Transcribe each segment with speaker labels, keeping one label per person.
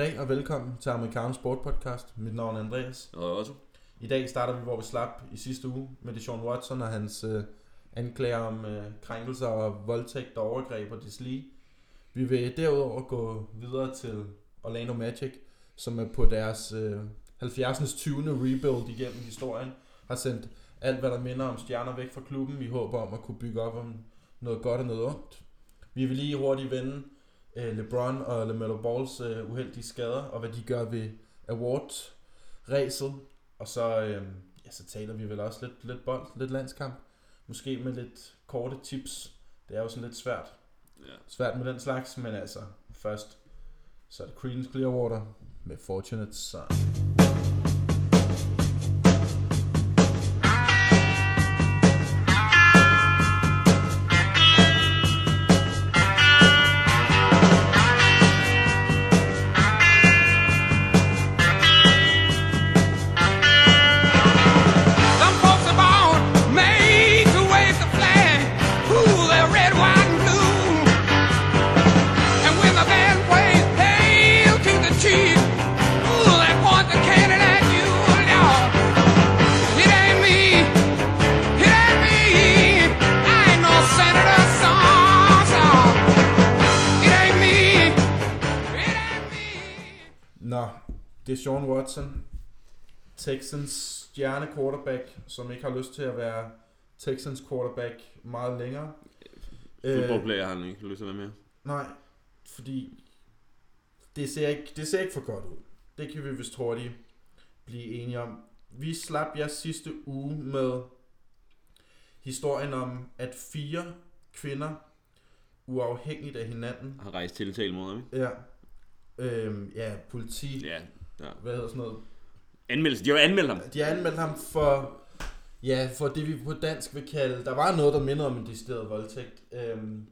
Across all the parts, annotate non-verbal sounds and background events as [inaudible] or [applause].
Speaker 1: Goddag og velkommen til Amerikansk Sport Podcast. Mit navn er Andreas.
Speaker 2: Og også.
Speaker 1: I dag starter vi, hvor vi slap i sidste uge med Deshaun Watson og hans øh, anklager om øh, krænkelser og voldtægt og overgreb og deslige. Vi vil derudover gå videre til Orlando Magic, som er på deres øh, 70. 20. rebuild igennem historien. Har sendt alt, hvad der minder om stjerner væk fra klubben. Vi håber om at kunne bygge op om noget godt og noget ondt. Vi vil lige hurtigt vende øh, LeBron og LaMelo Balls øh, uheldige skader, og hvad de gør ved awards ræset Og så, øh, ja, så taler vi vel også lidt, lidt bold, lidt landskamp. Måske med lidt korte tips. Det er jo sådan lidt svært.
Speaker 2: Ja.
Speaker 1: Svært med den slags, men altså først, så er det Creedence Clearwater med Fortunate Son.
Speaker 3: Some folks are born made to wave the flag, ooh, they're red, white, and blue. And when the band plays "Hail to the Chief," ooh, they point the cannon at you. No, it ain't me, it ain't me. I ain't no senator, son, son. It ain't me, it ain't me.
Speaker 1: Nå, det er Sean Watson, Texans stjerne quarterback, som ikke har lyst til at være Texans quarterback meget længere.
Speaker 2: Fodboldplayer har han ikke lyst til at være med.
Speaker 1: nej, fordi det ser, ikke, det ser ikke for godt ud. Det kan vi vist hurtigt blive enige om. Vi slap jer sidste uge med historien om, at fire kvinder, uafhængigt af hinanden,
Speaker 2: Har rejst tiltale mod ham, ikke?
Speaker 1: ja, øhm, ja politi, ja.
Speaker 2: Ja. ja.
Speaker 1: hvad hedder sådan noget,
Speaker 2: Anmeldelse. De har jo anmeldt ham.
Speaker 1: De har anmeldt ham for, ja, for det, vi på dansk vil kalde... Der var noget, der mindede om en decideret voldtægt. Øhm,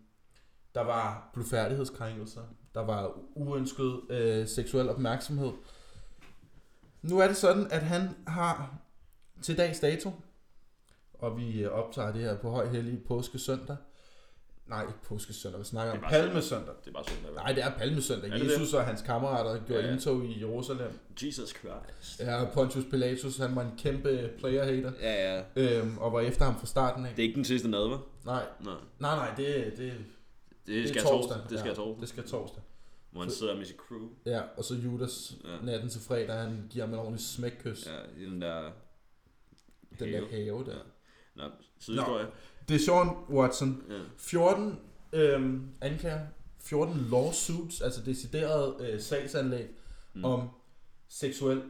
Speaker 1: der var blufærdighedskrænkelser. Der var uønsket øh, seksuel opmærksomhed. Nu er det sådan, at han har til dags dato, og vi øh, optager det her på høj hellig påskesøndag. Nej, ikke påskesøndag, vi snakker om
Speaker 2: Det er bare
Speaker 1: palmesøndag.
Speaker 2: Det er bare sådan, der
Speaker 1: Nej, det er palmesøndag.
Speaker 2: Er det det?
Speaker 1: Jesus og hans kammerater gjorde
Speaker 2: Ja, ja.
Speaker 1: indtog i Jerusalem.
Speaker 2: Jesus Christ.
Speaker 1: Ja, og Pontius Pilatus, han var en kæmpe player-hater,
Speaker 2: Ja, ja.
Speaker 1: øhm, og var efter ham fra starten af.
Speaker 2: Det er ikke den sidste nadver.
Speaker 1: Nej,
Speaker 2: Nej.
Speaker 1: nej, nej, det, det,
Speaker 2: Det skal
Speaker 1: er
Speaker 2: jeg torsdag. Det skal
Speaker 1: ja,
Speaker 2: jeg torsdag.
Speaker 1: Det skal torsdag.
Speaker 2: Hvor han sidder med sit crew.
Speaker 1: Ja, og så Judas ja.
Speaker 2: Ja.
Speaker 1: natten til fredag, han giver ham en ordentlig smækkys. Ja,
Speaker 2: Ja, i den der...
Speaker 1: den
Speaker 2: have.
Speaker 1: der have der.
Speaker 2: Ja. Nå, sidehistorie.
Speaker 1: Det er Sean Watson.
Speaker 2: Ja.
Speaker 1: 14 øhm, anklager, 14 lawsuits, altså decideret øh, sagsanlæg mm. om seksuel,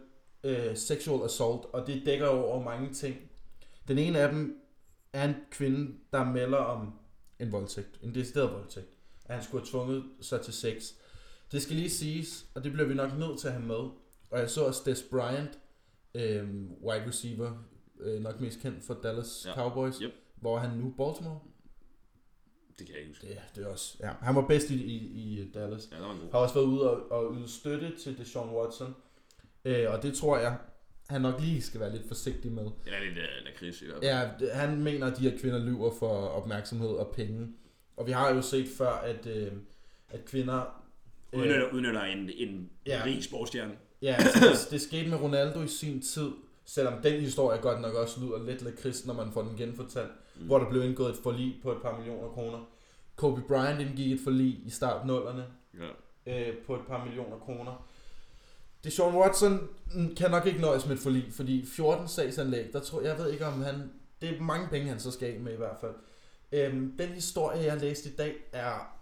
Speaker 1: øh, sexual assault, og det dækker jo over mange ting. Den ene af dem er en kvinde, der melder om en voldtægt, en decideret voldtægt, at han skulle have tvunget sig til sex. Det skal lige siges, og det bliver vi nok nødt til at have med, og jeg så også Des Bryant, øh, wide receiver, øh, nok mest kendt for Dallas ja.
Speaker 2: Ja.
Speaker 1: Cowboys,
Speaker 2: Yep.
Speaker 1: hvor er han nu Baltimore.
Speaker 2: Det kan jeg ikke huske.
Speaker 1: Ja, det er også. Ja. Han var bedst i, i, i Dallas.
Speaker 2: Ja, der var en god.
Speaker 1: Har også været ude og, og yde støtte til Deshaun Watson. Øh, og det tror jeg, han nok lige skal være lidt forsigtig med.
Speaker 2: Den er lidt uh, lakrids i hvert fald.
Speaker 1: Ja, det- han mener, at de her kvinder lyver for opmærksomhed og penge. Og vi har jo set før, at, øh, at kvinder...
Speaker 2: Udnytter, udnytter en, en
Speaker 1: Ja.
Speaker 2: rig sportsstjerne.
Speaker 1: ja, altså, det, det skete med Ronaldo i sin tid. Selvom den historie godt nok også lyder lidt lakrist, når man får den genfortalt. Mm. Hvor der blev indgået et forlig på et par millioner kroner. Kobe Bryant indgik et forlig i start nullerne.
Speaker 2: Ja.
Speaker 1: øh, på et par millioner kroner. Det Sean Watson mm, kan nok ikke nøjes med et forlig, fordi 14 sagsanlæg, der tror jeg ved ikke om han, det er mange penge han så skal af med i hvert fald. Øhm, den historie jeg læste i dag er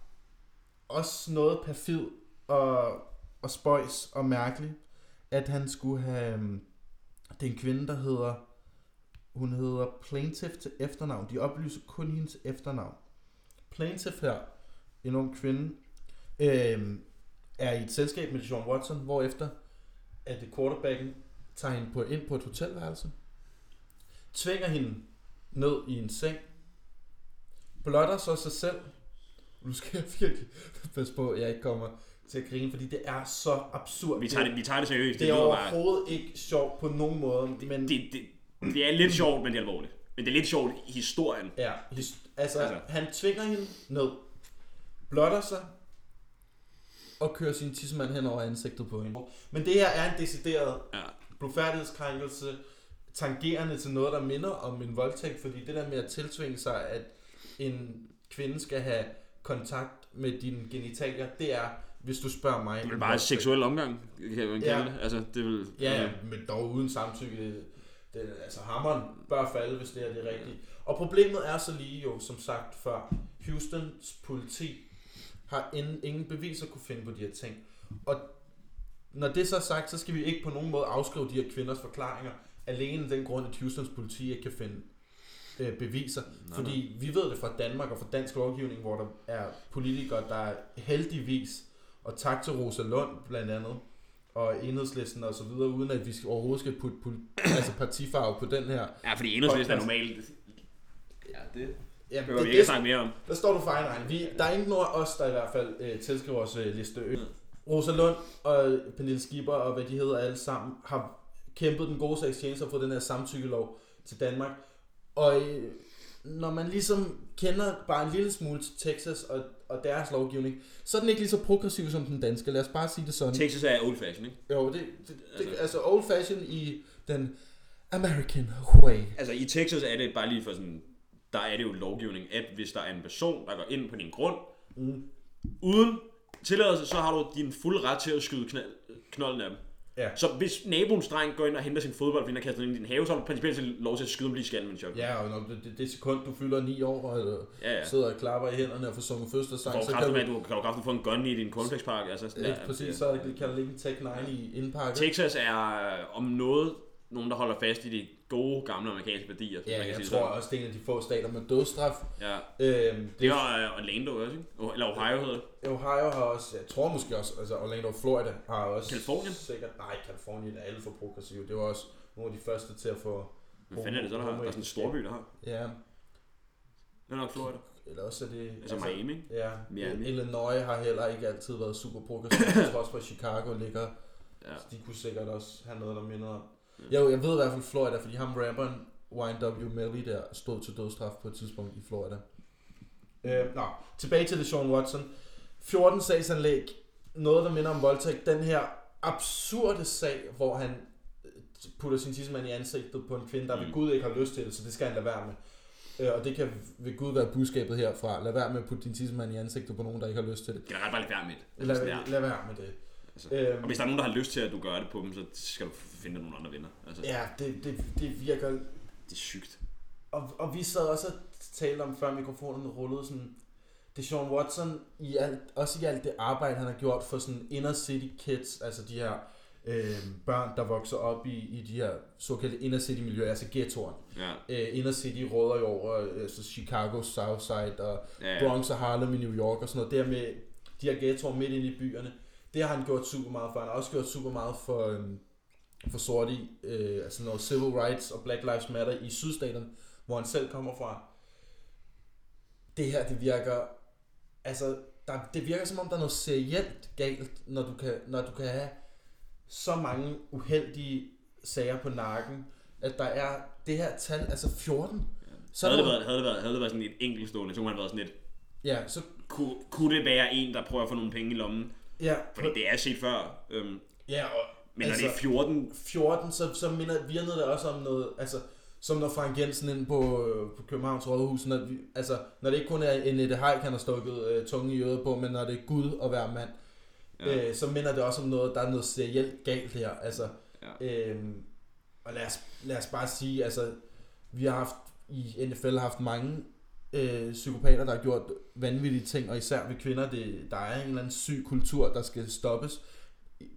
Speaker 1: også noget perfid og, og spøjs og mærkelig, at han skulle have, øhm, det er en kvinde der hedder, hun hedder Plaintiff til efternavn, de oplyser kun hendes efternavn. Plaintiff her, en ung kvinde, øh, er i et selskab med Deshaun Watson, hvorefter at quarterbacken tager hende på, ind på et hotelværelse, tvinger hende ned i en seng, blotter så sig selv. Nu skal jeg virkelig passe på, at jeg ikke kommer til at grine, fordi det er så absurd.
Speaker 2: Vi tager det, vi tager det seriøst.
Speaker 1: det er
Speaker 2: lyder bare...
Speaker 1: overhovedet ikke sjovt på nogen måde, men
Speaker 2: Det, det, det er lidt sjovt, men det er alvorligt. Men det er lidt sjovt i historien.
Speaker 1: Ja, his, altså, altså,
Speaker 2: Altså.
Speaker 1: han tvinger hende ned, blotter sig, og kører sin tissemand hen over ansigtet på hende. Men det her er en decideret
Speaker 2: Ja.
Speaker 1: blodfærdighedskrænkelse, tangerende til noget, der minder om en voldtægt, fordi det der med at tiltvinge sig, at en kvinde skal have kontakt med dine genitalier, det er, hvis du spørger mig...
Speaker 2: Det er
Speaker 1: en
Speaker 2: vel bare en
Speaker 1: voldtægt.
Speaker 2: seksuel omgang, kan man kalde
Speaker 1: Ja.
Speaker 2: det. Altså, det er vel...
Speaker 1: Ja, ja, men dog uden samtykke. Det, det, altså hammeren bør falde, hvis det er det rigtige. Og problemet er så lige jo, som sagt før, Houstons politi har ingen, ingen beviser kunne finde på de her ting. Og når det så er sagt, så skal vi ikke på nogen måde afskrive de her kvinders forklaringer, alene af den grund, at Houstons politi ikke kan finde øh, beviser. Nej, Fordi vi ved det fra Danmark og fra dansk lovgivning, hvor der er politikere, der heldigvis, og tak til Rosa Lund blandt andet, og enhedslisten og så videre, uden at vi skal- overhovedet skal putte pol- altså partifarve på den her.
Speaker 2: Ja, fordi enhedslisten er
Speaker 1: Podcast.
Speaker 2: normalt... Ja, det
Speaker 1: Ja,
Speaker 2: behøver vi ikke at snakke mere om.
Speaker 1: Der står du for egen regning. Vi, der er ingen af os, der i hvert fald øh, tilskriver os øh, liste ø. Rosa Lund og Pernille Skipper og hvad de hedder alle sammen, har kæmpet den gode sags tjeneste og fået den her samtykkelov til Danmark. Og øh, når man ligesom kender bare en lille smule til Texas og, og deres lovgivning, så er den ikke lige så progressiv som den danske. Lad os bare sige det sådan.
Speaker 2: Texas er old fashion, ikke?
Speaker 1: Jo, det, det, det
Speaker 2: Altså-
Speaker 1: altså old fashion i den American way.
Speaker 2: Altså, i Texas er det bare lige for sådan... Der er det jo lovgivning, at hvis der er en person, der går ind på din grund, uden tilladelse, så har du din fulde ret til at skyde knald, knolden af dem.
Speaker 1: Ja.
Speaker 2: Så hvis naboens dreng går ind og henter sin fodbold, fordi han har kastet den ind i din have, så har du principielt set lov til at skyde ham lige i skallen med en shotgun.
Speaker 1: Ja, og når det, det, det sekund, du fylder 9 år og øh,
Speaker 2: Ja, ja.
Speaker 1: sidder og klapper i hænderne og får sunget
Speaker 2: Hvor
Speaker 1: fødselsdag, så
Speaker 2: kraften
Speaker 1: Altså, kan
Speaker 2: med,
Speaker 1: du...
Speaker 2: at du kan du kraften få en gun i din cornflakespark. Altså, sådan
Speaker 1: Ja,
Speaker 2: der.
Speaker 1: præcis,
Speaker 2: Ja.
Speaker 1: så er det- kan der ligge en Tech 9 i indpakket.
Speaker 2: Texas er øh, om noget nogen, der holder fast i de gode gamle amerikanske værdier. som
Speaker 1: Ja,
Speaker 2: man kan
Speaker 1: jeg
Speaker 2: sige
Speaker 1: tror
Speaker 2: sådan.
Speaker 1: også, det er en af de få stater med dødsstraf.
Speaker 2: Ja.
Speaker 1: Øhm,
Speaker 2: Det
Speaker 1: det,
Speaker 2: var øh, Orlando også, ikke? Oh, Eller Ohio hedder det.
Speaker 1: Ohio har også, jeg tror måske også, altså Orlando og Florida har også...
Speaker 2: Californien?
Speaker 1: Sikkert, nej, Kalifornien er alle for progressive. Det var også nogle af de første til at få...
Speaker 2: Hvad fanden er det så, der har? Der er sådan en storby, der har.
Speaker 1: Ja,
Speaker 2: Det er nok Florida.
Speaker 1: eller også er det...
Speaker 2: Altså Miami, ikke?
Speaker 1: Ja,
Speaker 2: Miami.
Speaker 1: Illinois har heller ikke altid været super progressiv,
Speaker 2: [coughs]
Speaker 1: til trods for at Chicago ligger.
Speaker 2: Ja.
Speaker 1: Så de kunne sikkert også have noget, der minder om. Jo, jeg ved i hvert fald Florida, fordi ham rapperen YNW Melly der stod til dødsstraf på et tidspunkt i Florida. Øh, nå, tilbage til det Sean Watson. 14 sagsanlæg, noget der minder om voldtægt. Den her absurde sag, hvor han øh, putter sin tissemand i ansigtet på en kvinde, der
Speaker 2: Mm.
Speaker 1: ved Gud ikke har lyst til det, så det skal han lade være med. Øh, og det kan ved Gud være budskabet herfra. Lad være med at putte din tissemand i ansigtet på nogen, der ikke har lyst til det.
Speaker 2: Generelt bare lidt værd med det. Altså,
Speaker 1: Lad,
Speaker 2: sådan der.
Speaker 1: lad, lad være med det.
Speaker 2: Altså.
Speaker 1: Øhm,
Speaker 2: Og hvis der er nogen, der har lyst til, at du gør det på dem, så skal du finde dig nogle andre venner. Altså,
Speaker 1: ja, det, det, det virker
Speaker 2: det er sygt.
Speaker 1: og, og vi sad også og talte om, før mikrofonen rullede, sådan, det er Sean Watson, i alt, også i alt det arbejde, han har gjort for sådan inner city kids, altså de her øh, børn, der vokser op i, i de her såkaldte inner city miljøer, altså ghettoerne.
Speaker 2: Ja.
Speaker 1: Øh, inner city råder jo over øh, så Chicago, Southside og
Speaker 2: Ja, ja.
Speaker 1: Bronx og Harlem i New York og sådan noget. Der med de her ghettoer midt inde i byerne. Det har han gjort super meget for. Han har også gjort super meget for, øhm, for sorte, i, øh, altså noget civil rights og Black Lives Matter i sydstaterne, hvor han selv kommer fra. Det her, det virker, altså, der, det virker som om, der er noget serielt galt, når du kan, når du kan have så mange uheldige sager på nakken, at der er det her tal, altså 14. Så
Speaker 2: Så
Speaker 1: er
Speaker 2: havde det,
Speaker 1: der-
Speaker 2: været, havde, det været, havde det været sådan et enkeltstående, så kunne han have været sådan et,
Speaker 1: ja, så,
Speaker 2: kunne, kunne det være en, der prøver at få nogle penge i lommen?
Speaker 1: ja,
Speaker 2: Fordi det er set før. Øhm,
Speaker 1: ja, og,
Speaker 2: men altså, når det er 14,
Speaker 1: 14, så, så minder, virkede det også om noget, altså, som når Frank Jensen ind på, øh, på Københavns Rådhus, når, vi, altså, når det ikke kun er en Nette Heik, han har stukket øh, tungen i øret på, men når det er Gud at være mand,
Speaker 2: Ja.
Speaker 1: ja. øh, så minder det også om noget, der er noget serielt galt her. Altså,
Speaker 2: Ja.
Speaker 1: øh, og lad os, lad os bare sige, altså, vi har haft i NFL haft mange øh, psykopater, der har gjort vanvittige ting, og især ved kvinder, det, der er en eller anden syg kultur, der skal stoppes.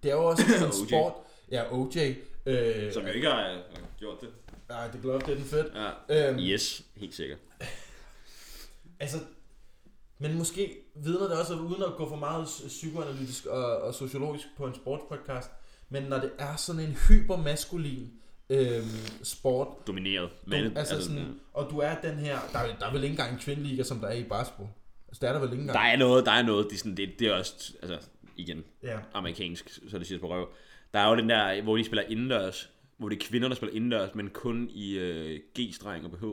Speaker 1: Det er jo også en
Speaker 2: OJ.
Speaker 1: sport. Ja, OJ. Øh,
Speaker 2: som jo ikke har, har gjort det.
Speaker 1: Nej, det glove, det er den fedt.
Speaker 2: Ja.
Speaker 1: Øhm,
Speaker 2: Yes, helt sikkert.
Speaker 1: Altså, men måske vidner det også, uden at gå for meget s- psykoanalytisk og, og sociologisk på en sportspodcast, men når det er sådan en hypermaskulin øhm, sport,
Speaker 2: Domineret.
Speaker 1: du, altså sådan,
Speaker 2: ja.
Speaker 1: og du er den her, der, er- der er vel ikke engang en kvindeliga, som der er i basketball. Altså, der er der vel ikke engang.
Speaker 2: Der er noget, der er noget. Det er, sådan, det, det er også, altså, igen,
Speaker 1: Ja.
Speaker 2: amerikansk, så det siger på røv. Der er jo den der, hvor de spiller indendørs, hvor det er kvinder, der spiller indendørs, men kun i øh, G-streng og BH.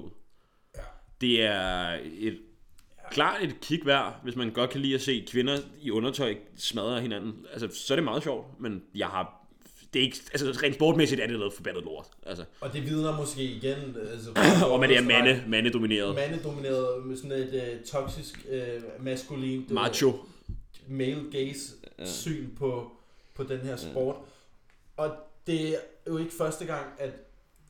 Speaker 1: Ja.
Speaker 2: Det er et klart et kig værd, hvis man godt kan lide at se kvinder i undertøj smadre hinanden. Altså, så er det meget sjovt, men jeg har... Det er ikke, altså, rent sportmæssigt er det noget forbandet lort.
Speaker 1: [laughs]
Speaker 2: Altså,
Speaker 1: Og det vidner måske igen...
Speaker 2: [laughs]
Speaker 1: Altså,
Speaker 2: og man det er mande, mandedomineret.
Speaker 1: mandedomineret med sådan et øh, toksisk, øh, maskulint, øh,
Speaker 2: Macho.
Speaker 1: male gaze syn på, på den her sport. Og det er jo ikke første gang, at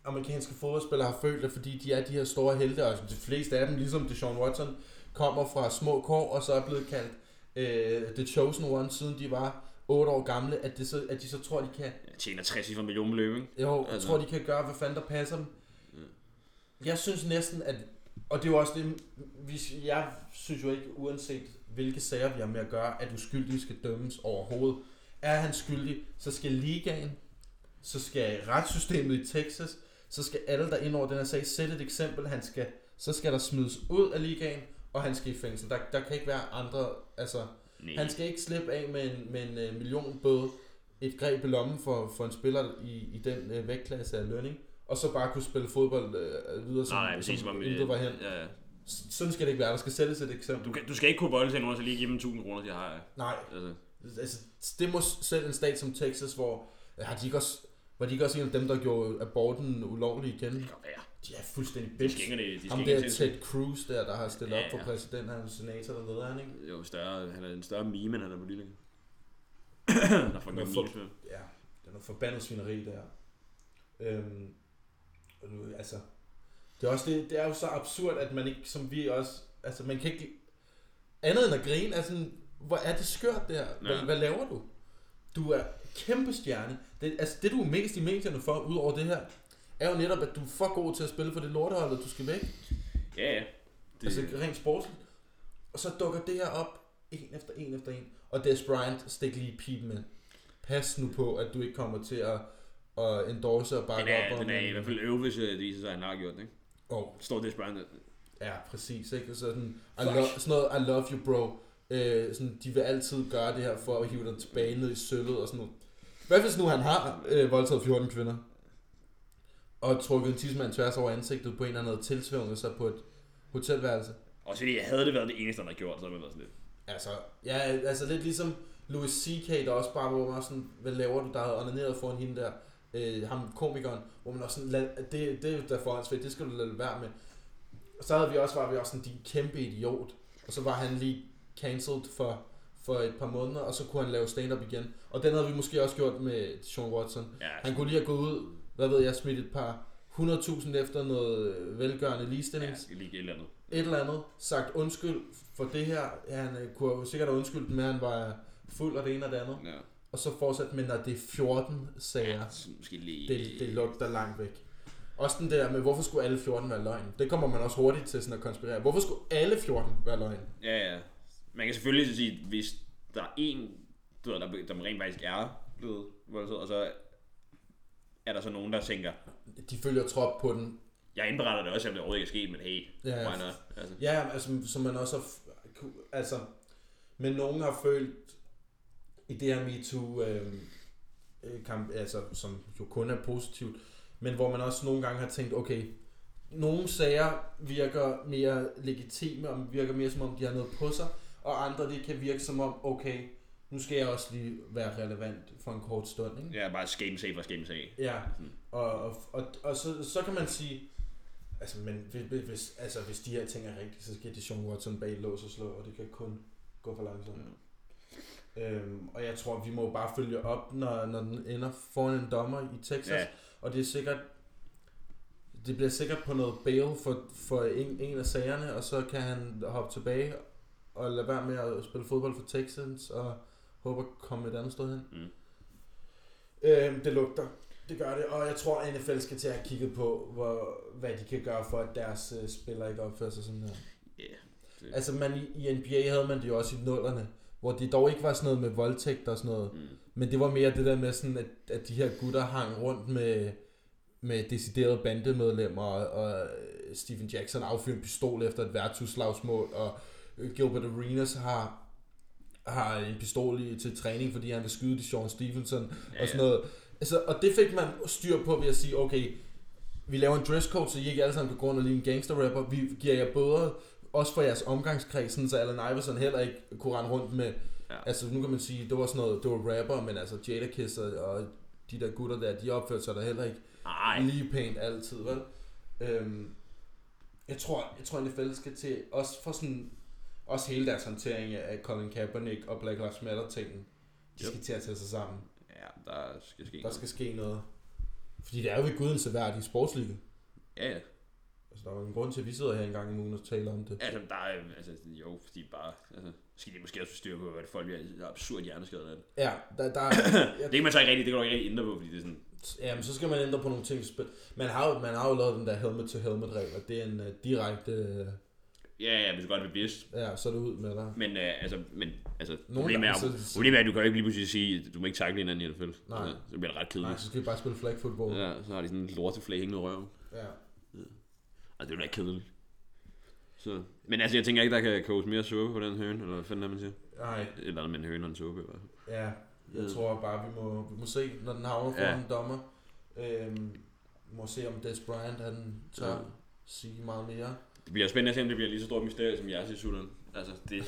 Speaker 1: amerikanske fodboldspillere har følt det, fordi de er de her store helte, og de fleste af dem, ligesom Deshaun Watson, kommer fra små kår, og så er blevet kaldt øh, The Chosen One, siden de var 8 år gamle, at, det så, at de så tror, de kan
Speaker 2: Jeg tjener 60 for millionbeløb, ikke?
Speaker 1: jo, jeg
Speaker 2: Altså-
Speaker 1: tror, de kan gøre, hvad fanden der passer dem. Jeg synes næsten, at... Og det er jo også det, vi, jeg synes jo ikke, uanset hvilke sager vi har med at gøre, at uskyldige skal dømmes overhovedet. Er han skyldig, så skal ligaen, så skal retssystemet i Texas, så skal alle, der ind over den her sag, sætte et eksempel. Han skal, så skal der smides ud af ligaen, og han skal i fængsel. Der, der kan ikke være andre... Altså,
Speaker 2: Nej.
Speaker 1: han skal ikke slippe af med en, med en uh, million bøde, et greb i lommen for, for en spiller i, i den uh, vægtklasse af lønning, og så bare kunne spille fodbold uh, videre, som,
Speaker 2: Nej, nej, præcis.
Speaker 1: som
Speaker 2: Som,
Speaker 1: intet var hen.
Speaker 2: ja, ja.
Speaker 1: S- Sådan skal det ikke være. Der skal sættes et eksempel.
Speaker 2: du, kan, du skal ikke kunne bolde til nogen, og så lige give dem 1000 kroner, de har.
Speaker 1: Nej,
Speaker 2: Altså,
Speaker 1: altså, det må selv en stat som Texas, hvor øh, har de ikke også, var de ikke også en af dem, der gjorde aborten ulovlig igen?
Speaker 2: godt være.
Speaker 1: De er fuldstændig
Speaker 2: De
Speaker 1: bitch.
Speaker 2: skal ikke, de skal
Speaker 1: Ham
Speaker 2: ikke
Speaker 1: der
Speaker 2: til-
Speaker 1: Ted Cruz der, der har stillet
Speaker 2: Ja,
Speaker 1: op for
Speaker 2: ja.
Speaker 1: præsident, han er senator, der ved han, ikke?
Speaker 2: Jo, større, han er en større meme, end han er politiker.
Speaker 1: [coughs]
Speaker 2: der er fucking
Speaker 1: Men
Speaker 2: mange
Speaker 1: for-
Speaker 2: memes med.
Speaker 1: Ja, det er noget forbandet svineri der. Øhm, og nu, altså, det er, også det, det er jo så absurd, at man ikke, som vi også, altså man kan ikke, andet end at grine, altså, hvor er det skørt der? Hvad,
Speaker 2: Ja.
Speaker 1: hvad laver du? Du er kæmpe stjerne. Det, altså det du er mest i medierne for, ud over det her, er jo netop, at du er for god til at spille for det lortehold, og du skal væk.
Speaker 2: Ja, ja. Det,
Speaker 1: Det... Altså rent sportsligt. Og så dukker det her op, en efter en efter en. Og Des Bryant, stik lige pipen med. Pas nu på, at du ikke kommer til at, at endorse og
Speaker 2: den
Speaker 1: bakke op
Speaker 2: er,
Speaker 1: om...
Speaker 2: den er i hvert fald øve, hvis øh, det viser sig, at han har gjort det, ikke?
Speaker 1: Oh,
Speaker 2: Står det spørgsmål.
Speaker 1: ja, præcis. Ikke? Og Sådan, I lo- sådan noget, I love you, bro. Øh, sådan, de vil altid gøre det her for at hive dig tilbage ned i sølvet og sådan noget. Hvad hvis nu han har øh, voldtaget 14 kvinder? Og trukket en tidsmand tværs over ansigtet på en, han havde tilsvævnet sig på et hotelværelse?
Speaker 2: Og så fordi havde det været det eneste, han har gjort, så havde man været sådan lidt.
Speaker 1: Altså, ja, altså lidt ligesom Louis C.K., der også bare, hvor man også sådan, hvad laver du, der havde onaneret foran hende der, øh, ham komikeren, hvor man også sådan, lad, det, det er der for hans det skal du lade være med. Og så havde vi også, var vi også sådan, din kæmpe idiot, og så var han lige cancelled for, for et par måneder, og så kunne han lave stand-up igen. Og den havde vi måske også gjort med Sean Watson.
Speaker 2: Ja,
Speaker 1: Han kunne lige have gået ud, hvad ved jeg, smidt et par 100.000 efter noget øh, velgørende
Speaker 2: ja,
Speaker 1: ligestillings
Speaker 2: lige et eller andet.
Speaker 1: et eller andet, sagt undskyld for det her. Han øh, kunne jo sikkert have undskyldt med, at han var fuld og det ene og det andet.
Speaker 2: Ja.
Speaker 1: Og så fortsat, men når det er 14 sager,
Speaker 2: Så måske lige...
Speaker 1: det, det lugter langt væk. Også den der med, hvorfor skulle alle 14 være løgn? Det kommer man også hurtigt til sådan at konspirere. Hvorfor skulle alle 14 være løgn?
Speaker 2: Ja, ja. Man kan selvfølgelig så sige, hvis der er en, du ved, der, der rent faktisk er blevet voldtaget, og så er der så nogen, der tænker,
Speaker 1: De følger trop på den.
Speaker 2: jeg indberetter det også, selvom det overhovedet ikke er sket, men hey,
Speaker 1: Ja, ja.
Speaker 2: why not? Altså,
Speaker 1: Ja, altså, som man også har... f- ku- Altså, men nogen har følt i det her MeToo øh, øh, kamp, altså, som jo kun er positivt, men hvor man også nogle gange har tænkt, okay, nogle sager virker mere legitime, og virker mere som om, de har noget på sig, og andre det kan virke som om, okay, nu skal jeg også lige være relevant for en kort stund, ikke?
Speaker 2: ja, bare skame save for skame save.
Speaker 1: Ja, og, og, og, og så, så kan man sige, altså, men hvis, hvis, altså, hvis de her ting er rigtige, så skal de Sean Watson bag lås og slå, og det kan kun gå for langsomt. Ja. Øhm, og jeg tror, vi må bare følge op, når, når den ender foran en dommer i Texas, ja.
Speaker 2: Ja.
Speaker 1: og det er sikkert, det bliver sikkert på noget bail for, for en, en af sagerne, og så kan han hoppe tilbage og lade være med at spille fodbold for Texans, og håber at komme et andet sted hen.
Speaker 2: Mm.
Speaker 1: Øhm, det lugter. Det gør det, og jeg tror, at NFL skal til at have kigget på, hvor, hvad de kan gøre for, at deres øh, spillere ikke opfører sig sådan her.
Speaker 2: Ja.
Speaker 1: Altså, man, i, i NBA havde man det jo også i nullerne, hvor det dog ikke var sådan noget med voldtægt og sådan noget, mm. men det var mere det der med sådan, at, at de her gutter hang rundt med, med deciderede bandemedlemmer, og, og Stephen Jackson affyrede en pistol efter et værtshusslagsmål, og Gilbert Arenas har har en pistol i, til træning, fordi han vil skyde Sean Stevenson ja, og sådan noget. Altså, og det fik man styr på ved at sige, okay, vi laver en dresscode, så I ikke alle sammen kan gå rundt og ligne en gangsterrapper. Vi giver jer bøder, også for jeres omgangskreds, sådan så Allen Iverson heller ikke kunne rende rundt med,
Speaker 2: Ja.
Speaker 1: ja. altså nu kan man sige, det var sådan noget, det var rapper, men altså Jadakiss og, og de der gutter der, de opførte sig der heller ikke
Speaker 2: Nej.
Speaker 1: lige pænt altid, vel? Øhm, jeg tror, jeg tror NFL skal til, også for sådan, også hele deres håndtering af Colin Kaepernick og Black Lives Matter tingen, de
Speaker 2: Yep.
Speaker 1: skal til at tage sig sammen.
Speaker 2: Ja, der skal ske
Speaker 1: Der
Speaker 2: noget.
Speaker 1: skal ske noget. Fordi det er jo ved gudens værd i sportsliga.
Speaker 2: Ja, ja.
Speaker 1: Altså, der er jo en grund til, at vi sidder her en gang i ugen og taler om det.
Speaker 2: Altså, der er, altså, jo, fordi bare, altså, skal de måske også få styr på, at folk bliver absurd hjerneskadet af det.
Speaker 1: Ja, der, der, [coughs]
Speaker 2: Det kan man så ikke rigtig, det kan du ikke rigtig ændre på, fordi det er sådan,
Speaker 1: jamen, så skal man ændre på nogle ting. i spil. Man har, jo- man har jo lavet den der helmet-to-helmet-regel, og det er en uh, direkte... Uh,
Speaker 2: ja, ja, hvis du godt er bevidst.
Speaker 1: ja, så er det ud med dig.
Speaker 2: Men, øh, altså, men, altså, problemet er,
Speaker 1: gange så-
Speaker 2: problemet er, at du kan jo ikke lige pludselig sige, du må ikke takle hinanden i hvert fald.
Speaker 1: Nej.
Speaker 2: Altså, så bliver det ret
Speaker 1: Nej,
Speaker 2: kedeligt.
Speaker 1: så skal vi bare spille flag football. Ja.
Speaker 2: Ja, så har de sådan en lorteflag hængende i røven.
Speaker 1: ja.
Speaker 2: Altså, det er jo da kedeligt. Så. Men altså, jeg tænker ikke, der kan koges mere suppe på den høne, eller hvad fanden er man siger?
Speaker 1: Nej,
Speaker 2: Et eller andet med en høne og en suppe, i hvert fald.
Speaker 1: ja. Jeg
Speaker 2: Ja.
Speaker 1: tror bare, vi må, vi må se, når den havner
Speaker 2: Ja.
Speaker 1: foran ja. en dommer. Øhm, må se, om Des Bryant, han tør
Speaker 2: Ja.
Speaker 1: ja. sige meget mere.
Speaker 2: Det bliver spændende at se, om det bliver lige så stort mysterie, som jeres i Sudan. Altså, det,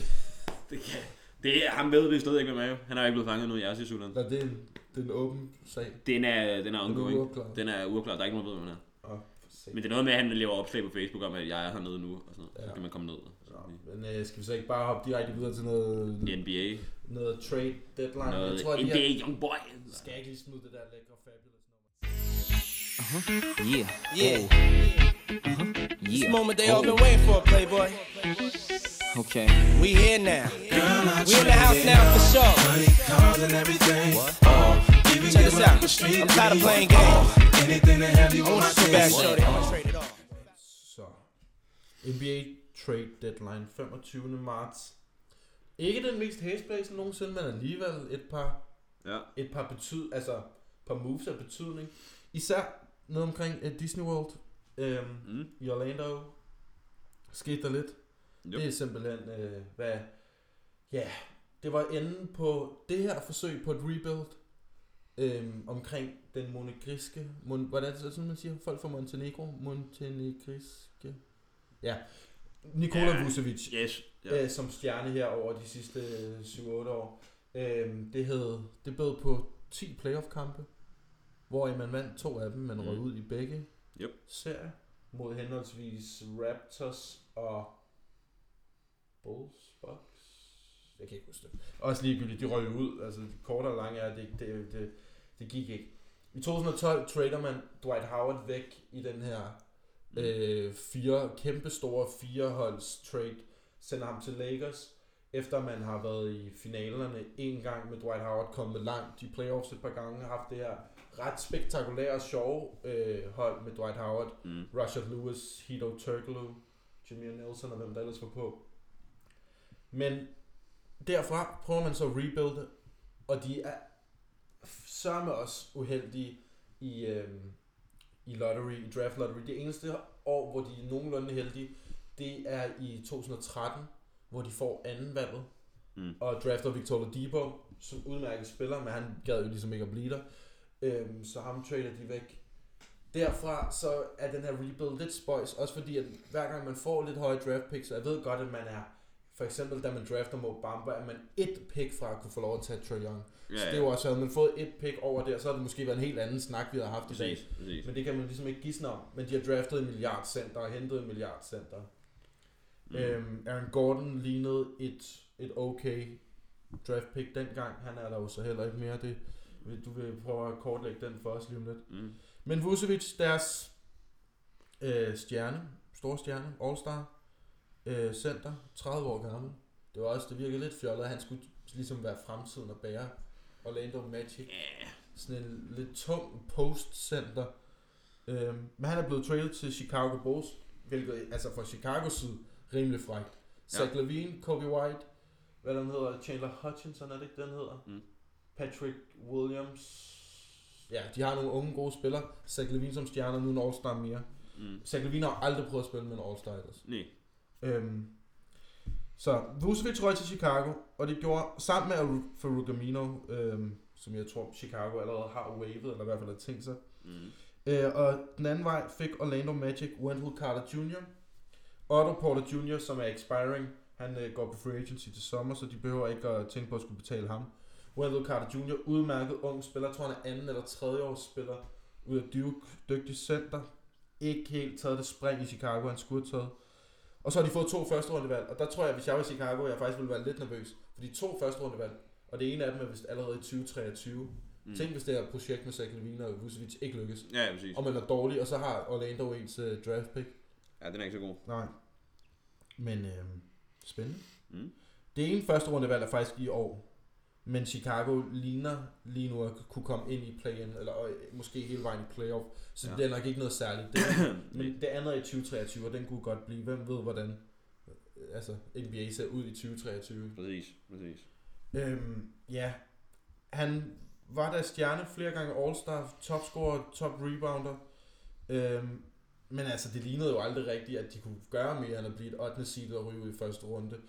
Speaker 2: det kan... Det er, han ved vi stadig ikke, hvem er jo. Han er jo ikke blevet fanget nu i jeres i Sudan.
Speaker 1: Nå, det er en, det er en åben sag.
Speaker 2: Den er, den er ongoing.
Speaker 1: uafklaret.
Speaker 2: Den er uafklaret. Der er ikke nogen, der ved, hvem han er.
Speaker 1: Åh, for satan.
Speaker 2: Men det er noget med, at han laver opslag på Facebook om, at jeg er hernede nu, og sådan noget. Så
Speaker 1: Ja.
Speaker 2: kan man komme ned. og
Speaker 1: Nå,
Speaker 2: sådan
Speaker 1: Men øh, skal vi så ikke bare hoppe direkte videre til noget,
Speaker 2: lige. NBA.
Speaker 1: noget trade deadline?
Speaker 2: Noget
Speaker 1: jeg tror, at vi
Speaker 2: NBA
Speaker 1: har...
Speaker 2: Young Boy.
Speaker 1: Skal jeg ikke lige smide det der lækre fabulous nummer?
Speaker 4: Yeah. Yeah.
Speaker 5: Uh-huh. This
Speaker 4: Yeah.
Speaker 5: moment
Speaker 6: Oh.
Speaker 5: they all been waiting for, Playboy.
Speaker 4: Okay.
Speaker 5: We here now. We in the house now for sure.
Speaker 7: Money, cars, and everything. Oh, even
Speaker 5: Check
Speaker 7: get
Speaker 5: this
Speaker 7: up
Speaker 5: out.
Speaker 7: the street.
Speaker 5: I'm tired of
Speaker 7: me.
Speaker 5: playing games.
Speaker 7: Oh, anything to have you
Speaker 5: I
Speaker 7: on
Speaker 5: want
Speaker 7: my
Speaker 5: to sit back,
Speaker 7: team.
Speaker 5: show that I'm traded off.
Speaker 1: Så. NBA trade deadline 25. marts. Ikke den mest hæsblæsende nogensinde, men alligevel et par,
Speaker 2: Ja.
Speaker 1: et par, betyd, altså, et par moves af betydning. Især noget omkring uh, Disney World øhm,
Speaker 2: Mm.
Speaker 1: i Orlando. Skete der lidt.
Speaker 2: Jo.
Speaker 1: Det er simpelthen, øh, hvad... Ja, det var enden på det her forsøg på et rebuild øhm, omkring den monegriske... Mon, hvordan er det så, sådan, man siger? Folk fra Montenegro? Montenegriske... Ja. Nikola
Speaker 2: Ja.
Speaker 1: ja. Vucevic,
Speaker 2: Yes. Ja.
Speaker 1: ja. øh, som stjerne her over de sidste øh, 7-8 år. Øhm, det hed, det bød på 10 playoff-kampe, hvor man vandt to af dem, men røg
Speaker 2: Mm.
Speaker 1: ud i begge
Speaker 2: Yep.
Speaker 1: serier mod henholdsvis Raptors og Bulls, Bucks. Jeg kan ikke huske det. Også ligegyldigt, de røg jo ud. Altså, det korte og lange er, at det, det, det, det gik ikke. I 2012 trader man Dwight Howard væk i den her
Speaker 2: Mm.
Speaker 1: øh, fire, kæmpe store fireholds trade. Sender ham til Lakers, efter man har været i finalerne en gang med Dwight Howard, kommet langt i playoffs et par gange, haft det her ret spektakulære og sjove øh, hold med Dwight Howard,
Speaker 2: Mm.
Speaker 1: Rashad Lewis, Hito Turkoglu, Jameer Nelson og hvem der ellers var på. Men derfra prøver man så at rebuilde, og de er sørme også uheldige i, øhm, i lottery, i draft lottery. Det eneste år, hvor de er nogenlunde heldige, det er i 2013, hvor de får anden valget.
Speaker 2: Mm.
Speaker 1: Og drafter Victor Oladipo, som udmærket spiller, men han gad jo ligesom ikke at blive der. Øhm, så ham trader de væk. Derfra så er den her rebuild lidt spøjs, også fordi at hver gang man får lidt høje draft picks, og jeg ved godt, at man er, for eksempel da man drafter Mo Bamba, er man et pick fra at kunne få lov at tage Trae Young.
Speaker 2: Ja,
Speaker 1: så
Speaker 2: ja.
Speaker 1: det er jo også, havde man fået et pick over der, så havde det måske været en helt anden snak, vi havde haft i dag.
Speaker 2: Præcis. Præcis.
Speaker 1: Men det kan man ligesom ikke gisne om. Men de har draftet en milliardcenter og hentet en milliardcenter. Mm. Øhm, Aaron Gordon lignede et, et okay draft pick dengang. Han er der jo så heller ikke mere. Det, vil- du vil prøve at kortlægge den for os lige om lidt.
Speaker 2: Mm.
Speaker 1: Men Vucevic, deres øh, stjerne, store stjerne, All-Star, øh, center, 30 år gammel. Det var også, det virkede lidt fjollet, at han skulle ligesom være fremtiden og bære Orlando Magic
Speaker 2: Ja.
Speaker 1: sådan en lidt tung postcenter. Øhm, men han er blevet traded til Chicago Bulls, hvilket altså fra Chicagos side rimelig frækt. Zach Levine, Kobe White, hvad den hedder, Chandler Hutchinson, er det ikke den hedder?
Speaker 2: Mm.
Speaker 1: Patrick Williams. Ja, de har nogle unge gode spillere. Zach Levine som stjerne, nu en All-Star mere.
Speaker 2: Mm.
Speaker 1: Zach Levine har aldrig prøvet at spille med en All-Star ellers.
Speaker 2: Nej.
Speaker 1: Øhm, så Vucevic røg til Chicago, og det gjorde sammen med Aru- Farouk Amino, øhm, som jeg tror Chicago allerede har wavet, eller i hvert fald har tænkt sig.
Speaker 2: Mm.
Speaker 1: Øh, og den anden vej fik Orlando Magic Wendell Carter Jr. Otto Porter Jr., som er expiring, han øh, går på free agency til sommer, så de behøver ikke at tænke på at skulle betale ham. Wendell Carter Jr., udmærket ung spiller, tror han er anden eller tredje års spiller, ud af Duke, dygtig center. Ikke helt taget det spring i Chicago, han skulle have taget. Og så har de fået to første rundevalg, og der tror jeg, hvis jeg var i Chicago, jeg faktisk ville være lidt nervøs. For de to første rundevalg, og det ene af dem er vist allerede i 2023. Mm. Tænk, hvis det her projekt med Zach Levine og Vucevic ikke lykkes,
Speaker 2: Ja, ja, præcis.
Speaker 1: og man er dårlig, og så har Orlando ens uh, draft pick.
Speaker 2: Ja, den er ikke så god.
Speaker 1: Nej. Men øh, spændende.
Speaker 2: Mm.
Speaker 1: Det ene første rundevalg er faktisk i år. Men Chicago ligner lige nu at kunne komme ind i play-in, eller øh, måske hele vejen i playoff. Så ja.
Speaker 2: Ja.
Speaker 1: det er nok ikke noget særligt. Det,
Speaker 2: [coughs]
Speaker 1: men det andet er i 2023, og den kunne godt blive. Hvem ved, hvordan øh, altså, NBA ser ud i 2023.
Speaker 2: Præcis, præcis.
Speaker 1: Øhm, ja. Han var der stjerne flere gange All-Star, topscorer, top rebounder. Øhm, men altså, det lignede jo aldrig rigtigt, at de kunne gøre mere end at blive et 8. seed og ryge ud i første runde.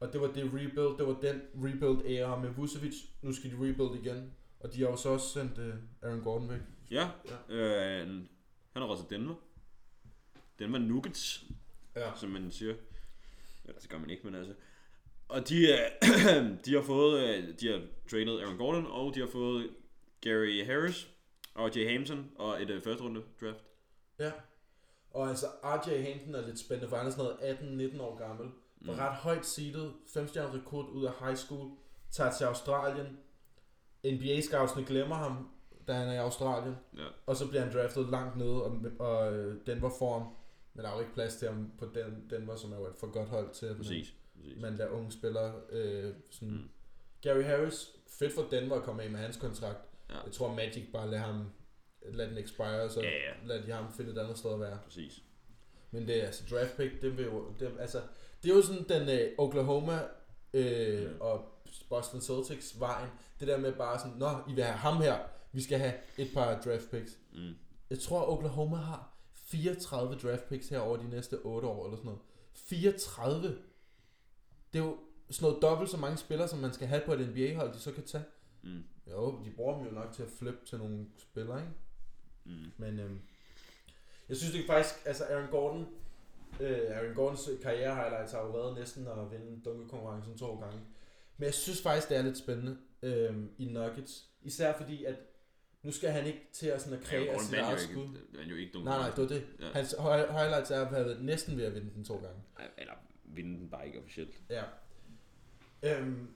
Speaker 1: Og det var det rebuild, det var den rebuild-æra med Vucevic. Nu skal de rebuild igen. Og de har jo så også sendt øh, Aaron Gordon væk.
Speaker 2: Ja, øh, han har råd til Denver. Denver Nuggets,
Speaker 1: Ja.
Speaker 2: som man siger. Eller det gør man ikke, men altså. Og de, øh, [clears throat] de har fået, øh, de har traded Aaron Gordon, og de har fået Gary Harris og Jay Hampson og et øh, første runde draft.
Speaker 1: Ja. Og altså, RJ Hampton er lidt spændende, for han er sådan noget 18-19 år gammel. Var ret højt seedet, 5 rekord ud af high school, tager til Australien. NBA-scoutsene glemmer ham, da han er i Australien.
Speaker 2: Ja.
Speaker 1: Og så bliver han draftet langt nede, og, og øh, Denver får ham. Men der er jo ikke plads til ham på den, Denver, som er jo et for godt hold til, at man,
Speaker 2: Præcis. præcis.
Speaker 1: man lader unge spillere. Øh, sådan. Mm. Gary Harris, fedt for Denver at komme af med hans kontrakt.
Speaker 2: Ja.
Speaker 1: Jeg tror Magic bare lader ham lad den expire, og så
Speaker 2: Ja, ja.
Speaker 1: lader de ham finde et andet sted at være.
Speaker 2: Præcis.
Speaker 1: Men det er altså draft pick, det vil jo, det, altså, det er jo sådan den øh, Oklahoma øh, mm. og Boston Celtics vejen. Det der med bare sådan, nå, I vil have ham her, vi skal have et par draft picks.
Speaker 2: Mm.
Speaker 1: Jeg tror, Oklahoma har 34 draft picks her over de næste 8 år eller sådan noget. 34! Det er jo sådan noget dobbelt så mange spillere, som man skal have på et NBA-hold, de så kan tage.
Speaker 2: Mm.
Speaker 1: Jo, de bruger dem jo nok til at flippe til nogle spillere, ikke?
Speaker 2: Mm.
Speaker 1: Men øhm, jeg synes det er faktisk, altså Aaron Gordon, øh, Aaron Gordons karriere highlights har jo været næsten at vinde dunkekonkurrencen to gange. Men jeg synes faktisk, det er lidt spændende øhm, i Nuggets. Især fordi, at nu skal han ikke til at, sådan at
Speaker 2: Ja,
Speaker 1: kræve af
Speaker 2: Gordon
Speaker 1: sit
Speaker 2: vandt jo
Speaker 1: eget
Speaker 2: ikke-
Speaker 1: skud.
Speaker 2: vandt jo ikke dumt.
Speaker 1: Nej, nej, det var det.
Speaker 2: Ja.
Speaker 1: Hans hi- highlights er at have været næsten ved at vinde den to gange.
Speaker 2: Eller vinde den bare ikke officielt.
Speaker 1: Ja. Øhm,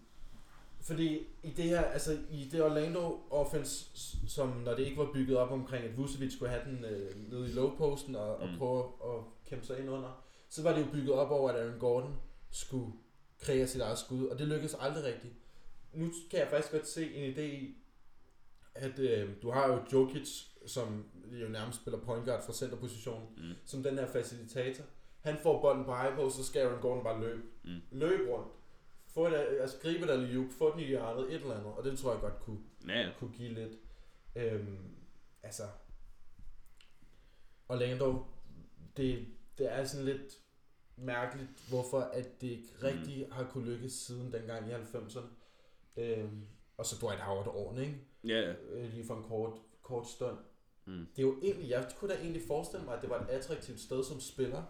Speaker 1: fordi i det her, altså i det Orlando offense, s- som når det ikke var bygget op omkring, at Vucevic skulle have den øh, nede i low posten og, og
Speaker 2: Mm.
Speaker 1: prøve at kæmpe sig ind under, så var det jo bygget op over, at Aaron Gordon skulle kreere sit eget skud, og det lykkedes aldrig rigtigt. Nu kan jeg faktisk godt se en idé i, at øh, du har jo Jokic, som jo nærmest spiller point guard fra centerpositionen,
Speaker 2: Mm.
Speaker 1: som den her facilitator. Han får bolden på high post, så skal Aaron Gordon bare løbe.
Speaker 2: Mm.
Speaker 1: Løbe rundt. Få et, altså gribe der lige få den i hjørnet, et eller andet. Og det tror jeg godt kunne,
Speaker 2: Ja, ja.
Speaker 1: kunne give lidt. Øhm, altså, Orlando, det, det er sådan lidt mærkeligt, hvorfor at det
Speaker 2: Mm.
Speaker 1: ikke rigtig har kunne lykkes siden dengang i 90'erne. Øhm, og så Dwight Howard årene, ikke?
Speaker 2: Ja, ja.
Speaker 1: øh, lige for en kort, kort stund.
Speaker 2: Mm.
Speaker 1: Det er jo egentlig, jeg kunne da egentlig forestille mig, at det var et attraktivt sted som spiller.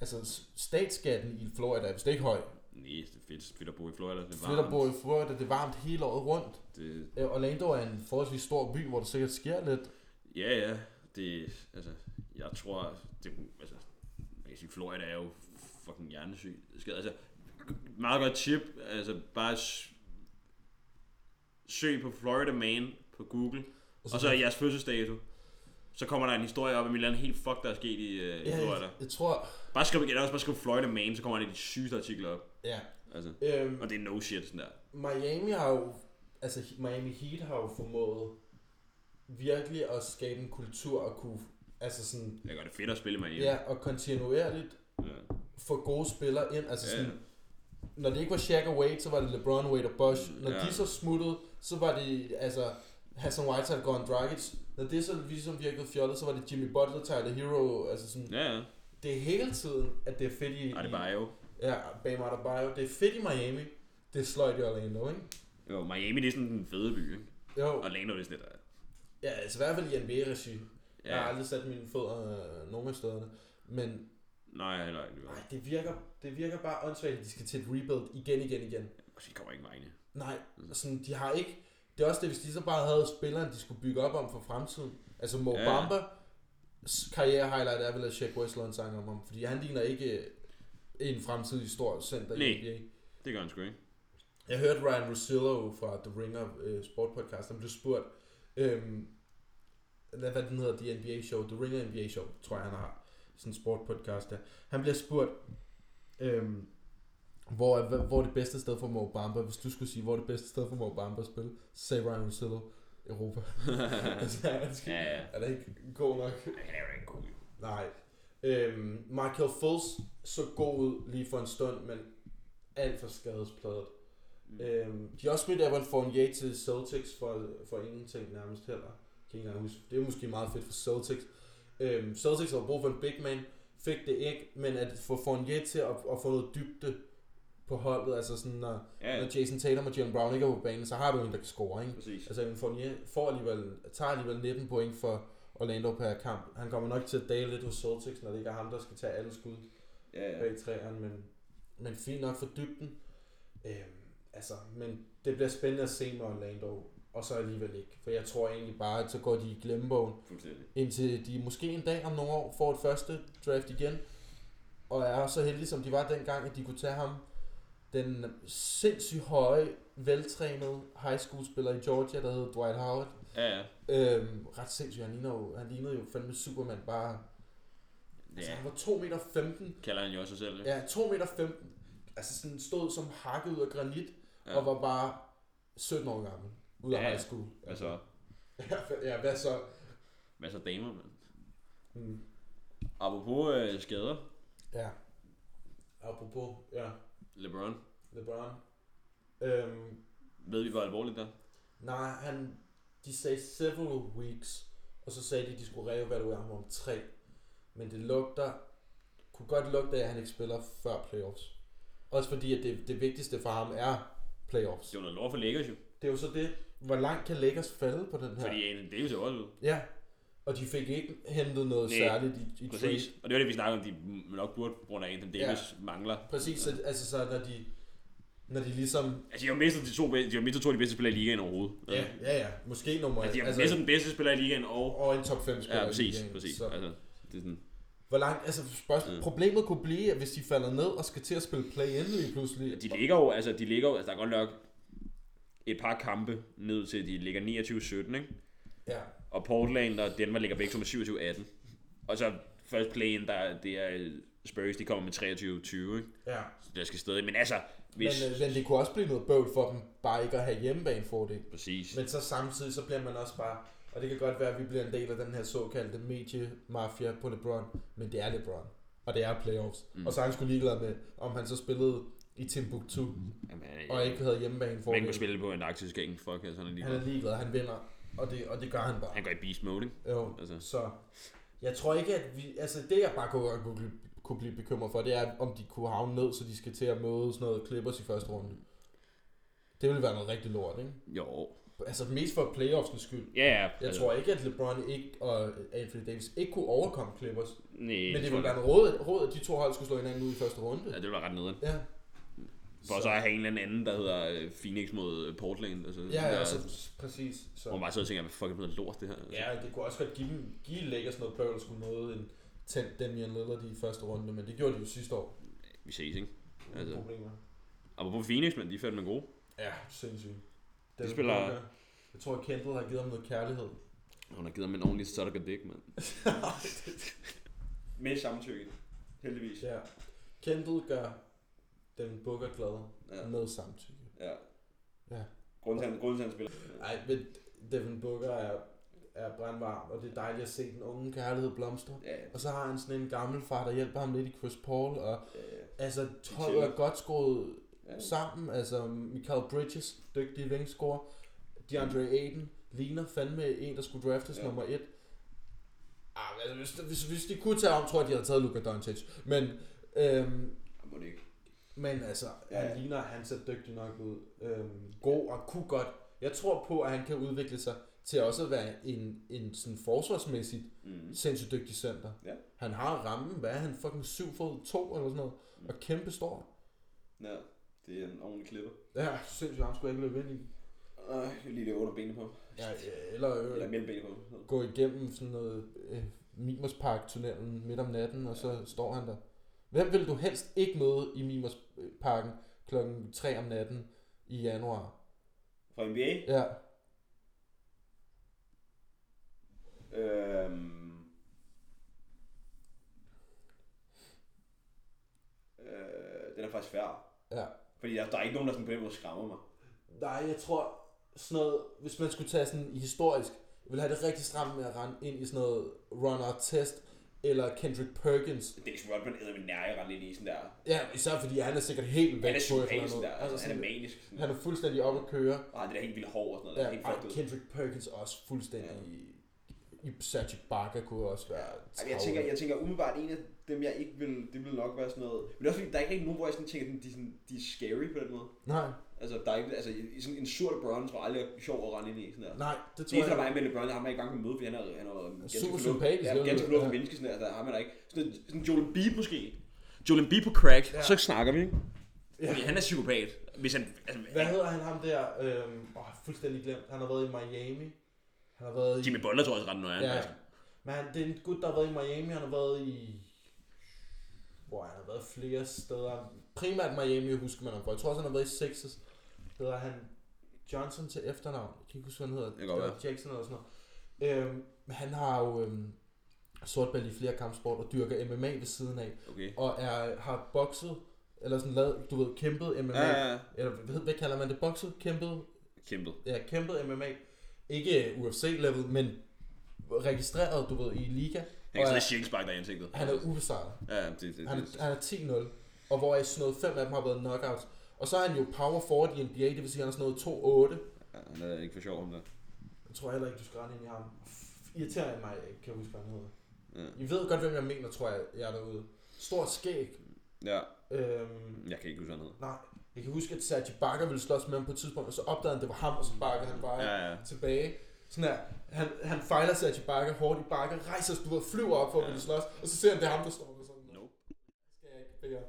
Speaker 1: Altså s- statsskatten i Florida er vist ikke høj.
Speaker 2: Nej, det er fedt, fedt at bo i Florida. Det er
Speaker 1: Fedt at bo
Speaker 2: varmt.
Speaker 1: i Florida, det er varmt hele året rundt.
Speaker 2: Det,
Speaker 1: Øh, Orlando er en forholdsvis stor by, hvor der sikkert sker lidt.
Speaker 2: ja, ja. Det, altså, jeg tror, det, altså, man kan sige, Florida er jo fucking hjernesyg. Det skal, altså, meget godt tip. Altså, bare s- søg på Florida Man på Google. Og så, og så jeres fødselsdato. Så kommer der en historie op om et eller andet helt fuck, der er sket i, øh, i
Speaker 1: Ja,
Speaker 2: Florida.
Speaker 1: jeg, jeg tror...
Speaker 2: Bare skriv, eller også bare skriv Florida Man, så kommer der de sygeste artikler op.
Speaker 1: Ja.
Speaker 2: Altså,
Speaker 1: Øhm,
Speaker 2: og det er no shit, sådan der.
Speaker 1: Miami har jo... Altså Miami Heat har jo formået virkelig at skabe en kultur og kunne... Altså sådan...
Speaker 2: Jeg gør det fedt at spille mig
Speaker 1: Ja, og kontinuerligt
Speaker 2: ja.
Speaker 1: få gode spillere ind. Altså
Speaker 2: Ja,
Speaker 1: sådan, når det ikke var Shaq og Wade, så var det LeBron, Wade og Bosh. Når
Speaker 2: Ja.
Speaker 1: de så smuttede, så var det altså Hassan Whiteside, Goran Dragic. Når det så ligesom virkede fjollet, så var det Jimmy Butler, Tyler Hero. Altså sådan,
Speaker 2: Ja, ja.
Speaker 1: det er hele tiden, at det er fedt i...
Speaker 2: Ej, det er bare jo.
Speaker 1: Ja, Bam Adebayo. Det er fedt i Miami. Det er sløjt i Orlando, ikke?
Speaker 2: Jo, Miami det er sådan den fede by, ikke?
Speaker 1: Jo,
Speaker 2: Orlando det er sådan lidt, der.
Speaker 1: ja, altså i hvert fald i NBA-regi. Ja. Jeg har
Speaker 2: Ja.
Speaker 1: aldrig sat mine fødder øh, nogen af stederne. Men
Speaker 2: Nej, heller ikke.
Speaker 1: Nej, det virker, det virker bare åndssvagt, at de skal til et rebuild igen, igen, igen.
Speaker 2: Og de kommer ikke vegne.
Speaker 1: Nej, sådan, de har ikke... Det er også det, hvis de så bare havde spilleren, de skulle bygge op om for fremtiden. Altså Mo
Speaker 2: Ja.
Speaker 1: ja. Bamba, karriere-highlight er vel, at Shaq Westlaw en sang om ham, fordi han ligner ikke øh, en fremtidig stor center
Speaker 2: Nej.
Speaker 1: i NBA.
Speaker 2: Det gør han sgu ikke.
Speaker 1: Jeg hørte Ryan Rosillo fra The Ringer øh, Sport Podcast, han blev spurgt, øhm, hvad hvad den hedder, The NBA Show, The Ringer NBA Show, tror jeg han har, sådan en sport podcast der. Han bliver spurgt, øhm, hvor, er- hvor er det bedste sted for Mo Bamba, hvis du skulle sige, hvor er det bedste sted for Mo Bamba at spille, så sagde Ryan Rosillo,
Speaker 2: [laughs]
Speaker 1: Europa. [laughs] altså, han skal,
Speaker 2: Ja, ja.
Speaker 1: Er det ikke god nok?
Speaker 2: Han er jo ikke god.
Speaker 1: Nej. Øhm, Michael Fultz så god ud lige for en stund, men alt for skadespladet. Mm. Øhm, de har også smidt Evan Fournier til Celtics for, for ingenting nærmest heller. Kan ikke engang huske. Det er måske meget fedt for Celtics. Øhm, Celtics har brug for en big man, fik det ikke, men at få Fournier til at, at få noget dybde på holdet, altså sådan, når,
Speaker 2: Ja.
Speaker 1: ja. når Jason Tatum og Jalen Brown ikke er på banen, så har du en, der kan score, ikke?
Speaker 2: Præcis.
Speaker 1: Altså, Evan Fournier får alligevel, tager alligevel 19 point for Orlando per kamp. Han kommer nok til at dale lidt hos Celtics, når det ikke er ham, der skal tage alle skud
Speaker 2: Ja, ja.
Speaker 1: bag træerne, men, men fint nok for dybden. Øhm, altså, men det bliver spændende at se med Orlando, og så alligevel ikke. For jeg tror egentlig bare, at så går de i glemmebogen,
Speaker 2: Fuldstændig.
Speaker 1: indtil de måske en dag om nogle år får et første draft igen, og er så heldige, som de var dengang, at de kunne tage ham, den sindssygt høje, veltrænede high school spiller i Georgia, der hedder Dwight Howard.
Speaker 2: Ja, ja.
Speaker 1: Øhm, ret sindssygt, han ligner jo, han lignede jo fandme Superman bare. Altså,
Speaker 2: Ja.
Speaker 1: han var 2,15 meter 15,
Speaker 2: Kalder han jo også sig selv. ikke?
Speaker 1: Ja, 2,15 meter. 15. Altså sådan stod som hakket ud af granit,
Speaker 2: Ja.
Speaker 1: ja. og var bare 17 år gammel. Ud af
Speaker 2: Ja, ja.
Speaker 1: high school.
Speaker 2: Hvad så?
Speaker 1: ja, [laughs] hvad så?
Speaker 2: Altså, Hvad så damer, mand?
Speaker 1: Mm.
Speaker 2: Apropos øh, skader.
Speaker 1: Ja. Apropos, ja,
Speaker 2: LeBron.
Speaker 1: LeBron. Øhm,
Speaker 2: Ved vi, hvor alvorligt der?
Speaker 1: nej, han, de sagde several weeks, og så sagde de, at de skulle reevaluere ham om tre. Men det lugter, kunne godt lugte af, at han ikke spiller før playoffs. Også fordi, at det, det vigtigste for ham er playoffs.
Speaker 2: Det var noget lort for Lakers jo.
Speaker 1: Det er jo så det, hvor langt kan Lakers falde på den her?
Speaker 2: Fordi Anthony Davis er jo også ud.
Speaker 1: Ja, og de fik ikke hentet noget
Speaker 2: Nej,
Speaker 1: Nej, særligt i, i
Speaker 2: Præcis.
Speaker 1: trade.
Speaker 2: Og det var det, vi snakkede om, de m- nok burde, på grund af Anthony Davis ja. mangler.
Speaker 1: Præcis, så, altså så når de, når de ligesom,
Speaker 2: Altså, de har jo mistet de to, be- de har mistet to af de bedste spillere i ligaen overhovedet. Øh,
Speaker 1: ja, ja, ja måske nummer
Speaker 2: Altså, de har altså, mistet den bedste spiller i ligaen og...
Speaker 1: og en top 5 spiller.
Speaker 2: Ja,
Speaker 1: i
Speaker 2: præcis,
Speaker 1: ligaen,
Speaker 2: præcis.
Speaker 1: Så,
Speaker 2: Altså, det er sådan...
Speaker 1: hvor langt, altså spørgsmål,
Speaker 2: Mm.
Speaker 1: problemet kunne blive, at hvis de falder ned og skal til at spille play-in lige pludselig.
Speaker 2: De ligger jo, altså, de ligger jo, altså, der er godt nok et par kampe ned til, de ligger 29-17, ikke?
Speaker 1: Ja,
Speaker 2: Og Portland og Denver ligger begge to med 27-18. Og så først playen, der det er øh, Spurs, de kommer med 23-20, ikke?
Speaker 1: ja.
Speaker 2: Så der skal stadig, men altså,
Speaker 1: Men,
Speaker 2: hvis... Men,
Speaker 1: øh, men det kunne også blive noget bøvl for dem, bare ikke at have hjemmebanefordel.
Speaker 2: præcis. Men,
Speaker 1: Men så samtidig, så bliver man også bare, og det kan godt være, at vi bliver en del af den her såkaldte mediemafia på LeBron, men det er LeBron, og det er playoffs. Mm. Og så er han sgu ligeglad med, om han så spillede i Timbuktu,
Speaker 2: Jamen, han,
Speaker 1: og
Speaker 2: og
Speaker 1: ikke havde hjemmebane for
Speaker 2: man kunne spille på en arktisk gang, fuck, altså, han er lige...
Speaker 1: Han er ligeglad, han vinder, og det, og det gør han bare.
Speaker 2: Han går i beast mode, ikke?
Speaker 1: Jo,
Speaker 2: Altså.
Speaker 1: altså. så jeg tror ikke, at vi, altså det jeg bare kunne, kunne, blive, kunne blive bekymret for, det er, om de kunne havne ned, så de skal til at møde sådan noget Clippers i første runde. Det ville være noget rigtig lort, ikke?
Speaker 2: Jo.
Speaker 1: Altså mest for playoffsens skyld.
Speaker 2: Ja, altså, ja.
Speaker 1: Jeg tror ikke, at LeBron ikke og Anthony Davis ikke kunne overkomme Clippers.
Speaker 2: Nej,
Speaker 1: Men det
Speaker 2: tror
Speaker 1: ville
Speaker 2: jeg-
Speaker 1: være en råd, råd, at de to hold skulle slå hinanden ud i første runde.
Speaker 2: Ja, det ville være ret nederen.
Speaker 1: Ja,
Speaker 2: For så at have en eller anden, der hedder øh, Phoenix mod øh, Portland, altså...
Speaker 1: ja, ja
Speaker 2: der,
Speaker 1: altså, præcis. Så.
Speaker 2: Hvor man bare sidder og tænker, hvad fuck er det noget lort, det her? Altså.
Speaker 1: Ja, det kunne også godt give, dem, give Lakers noget prøve, at skulle møde en tændt Damian Lillard i første runde, men det gjorde de jo sidste år.
Speaker 2: Vi ses, ikke?
Speaker 1: Altså.
Speaker 2: Altså,
Speaker 1: Problemer.
Speaker 2: apropos Phoenix, men de er fandme gode.
Speaker 1: Ja, sindssygt. Devin
Speaker 2: spiller-
Speaker 1: Booker. Jeg tror, at Kendall har givet ham noget kærlighed.
Speaker 2: Hun har givet ham en ordentlig sutter og dick, mand. Med samtykke. Heldigvis.
Speaker 1: Ja. Kendall gør Devin Booker glad
Speaker 2: Ja.
Speaker 1: ja. med samtykke.
Speaker 2: Ja.
Speaker 1: Ja.
Speaker 2: Grunden til, han- grunden til, han spiller.
Speaker 1: Ej, men Devin Booker er, er brandvarm, og det er dejligt at se den unge kærlighed blomstre.
Speaker 2: Ja, ja.
Speaker 1: Og så har han sådan en gammel far, der hjælper ham lidt i Chris Paul, og
Speaker 2: ja.
Speaker 1: altså
Speaker 2: chiller.
Speaker 1: holdet er godt skruet sammen, altså Michael Bridges, dygtig vingscorer, DeAndre Ayton, ligner fandme en, der skulle draftes
Speaker 2: Ja.
Speaker 1: ja. nummer et. Ah, altså, hvis, hvis, hvis de kunne tage om, tror jeg, de havde taget Luka Doncic, men øhm,
Speaker 2: Jeg må det ikke.
Speaker 1: men altså,
Speaker 2: Ja.
Speaker 1: ja. han ligner, at han ser dygtig nok ud. Øhm, god og kunne godt. Jeg tror på, at han kan udvikle sig til også at være en, en sådan forsvarsmæssigt
Speaker 2: Mm.
Speaker 1: sindssygt dygtig center.
Speaker 2: Ja.
Speaker 1: Han har rammen, hvad er han, fucking 7 fod 2 eller sådan noget, og kæmpe stor.
Speaker 2: Ja, det er en ordentlig klipper.
Speaker 1: Ja, sindssygt, ham skulle jeg ikke løbe ind i.
Speaker 2: Nej, jeg lige løber under benene på.
Speaker 1: Ja, eller,
Speaker 2: Eller
Speaker 1: øh,
Speaker 2: mellem benene på.
Speaker 1: gå igennem sådan noget øh, Mimerspark-tunnelen midt om natten, og så står han der. Hvem vil du helst ikke møde i øh, Mimersparken kl. 3 om natten i januar?
Speaker 2: Fra NBA?
Speaker 1: Ja,
Speaker 2: Øhm. Øh, den er faktisk svær.
Speaker 1: ja.
Speaker 2: Fordi der, der er ikke nogen, der sådan på den måde skræmmer mig.
Speaker 1: Nej, jeg tror sådan noget, hvis man skulle tage sådan i historisk, jeg ville have det rigtig stramt med at rende ind i sådan noget Ron Artest eller Kendrick Perkins.
Speaker 2: Dennis Rodman æder min nære rende ind i sådan der.
Speaker 1: Ja, især fordi han er sikkert helt væk
Speaker 2: Han er
Speaker 1: på et eller
Speaker 2: sympatisk
Speaker 1: andet.
Speaker 2: der. Altså, han
Speaker 1: sådan-
Speaker 2: er manisk. Sådan
Speaker 1: han
Speaker 2: der.
Speaker 1: er fuldstændig oppe at køre.
Speaker 2: Ej, det er helt vildt hård og sådan noget.
Speaker 1: Ja,
Speaker 2: Ja, helt
Speaker 1: ej,
Speaker 2: fucked ud.
Speaker 1: Kendrick Perkins er også fuldstændig... Ja. Sergio Barker kunne også være
Speaker 2: Ej, men jeg tænker, jeg tænker umiddelbart, en af dem, jeg ikke vil, det vil nok være sådan noget. Men det er også fordi, der er ikke rigtig nogen, hvor jeg sådan tænker, at de, er sådan, de er scary på den måde.
Speaker 1: Nej,
Speaker 2: Altså, der er ikke, altså, i- i sådan en sur LeBron, tror jeg aldrig er sjov at rende ind i. Sådan der.
Speaker 1: nej, det
Speaker 2: Det eneste,
Speaker 1: tror
Speaker 2: der var
Speaker 1: jeg
Speaker 2: med LeBron, det er ham, jeg ikke engang kan møde, fordi han er, han er ganske
Speaker 1: super
Speaker 2: fornuft-
Speaker 1: sympatisk,
Speaker 2: Ja,
Speaker 1: det er det.
Speaker 2: ganske fornuftig
Speaker 1: Ja.
Speaker 2: menneske, sådan der, der har man da ikke. Sådan, sådan Joel B måske. Joel B på crack,
Speaker 1: Ja.
Speaker 2: så snakker vi, ikke? Ja. Fordi han er psykopat. Hvis han, altså,
Speaker 1: Hvad hedder han ham der? Øhm, åh, jeg har fuldstændig glemt. Han har været i Miami. Han har været i...
Speaker 2: Jimmy Butler tror jeg også ret nøjeren.
Speaker 1: Ja.
Speaker 2: Ja.
Speaker 1: Men han, det er en gut, der har været i Miami. Han har været i... Hvor han har været flere steder. Primært Miami husker man ham for. Jeg tror også, han har været i Sixers. Hedder han Johnson til efternavn. Jeg kan ikke huske, hvad han hedder.
Speaker 2: kan godt være.
Speaker 1: Jackson eller sådan noget. Øhm, han har jo øhm, sortbælt i flere kampsport og dyrker MMA ved siden af.
Speaker 2: Okay.
Speaker 1: og er, har bokset, eller sådan lavet, du ved, kæmpet MMA,
Speaker 2: Ja, ja, ja.
Speaker 1: eller hvad, hvad kalder man det, bokset, kæmpet,
Speaker 2: Kæmpet.
Speaker 1: ja, kæmpet MMA, ikke øh, UFC-level, men registreret, du ved, i liga,
Speaker 2: Han kan
Speaker 1: og
Speaker 2: sådan
Speaker 1: er,
Speaker 2: et cirkelspark der i ansigtet.
Speaker 1: han er ubesejret.
Speaker 2: Ja, det, det, det,
Speaker 1: Han,
Speaker 2: det.
Speaker 1: er- han er 10-0, og hvor sådan noget, fem af dem har været knockouts. Og så er han jo power forward i NBA, det vil sige, han er sådan noget 2-8.
Speaker 2: Ja, han er ikke for sjov om det.
Speaker 1: Jeg tror heller ikke, du skal rende ind i ham. Irriterer mig, jeg ikke kan huske, hvad han hedder.
Speaker 2: Ja.
Speaker 1: I ved godt, hvem jeg mener, tror jeg, jeg er derude. Stort skæg.
Speaker 2: ja,
Speaker 1: Øhm,
Speaker 2: jeg kan ikke huske, hvad han hedder.
Speaker 1: Nej. Jeg kan huske, at Sergi Bakker ville slås med ham på et tidspunkt, og så opdagede han, det var ham, og så bakkede han bare
Speaker 2: Ja, ja.
Speaker 1: tilbage. Sådan her, han, han fejler Sergi Bakker hårdt i bakker, rejser sig, du ved, flyver op for at ville slås, og så ser han, det er ham, der står med sådan.
Speaker 2: Nope.
Speaker 1: Skal jeg ikke bære.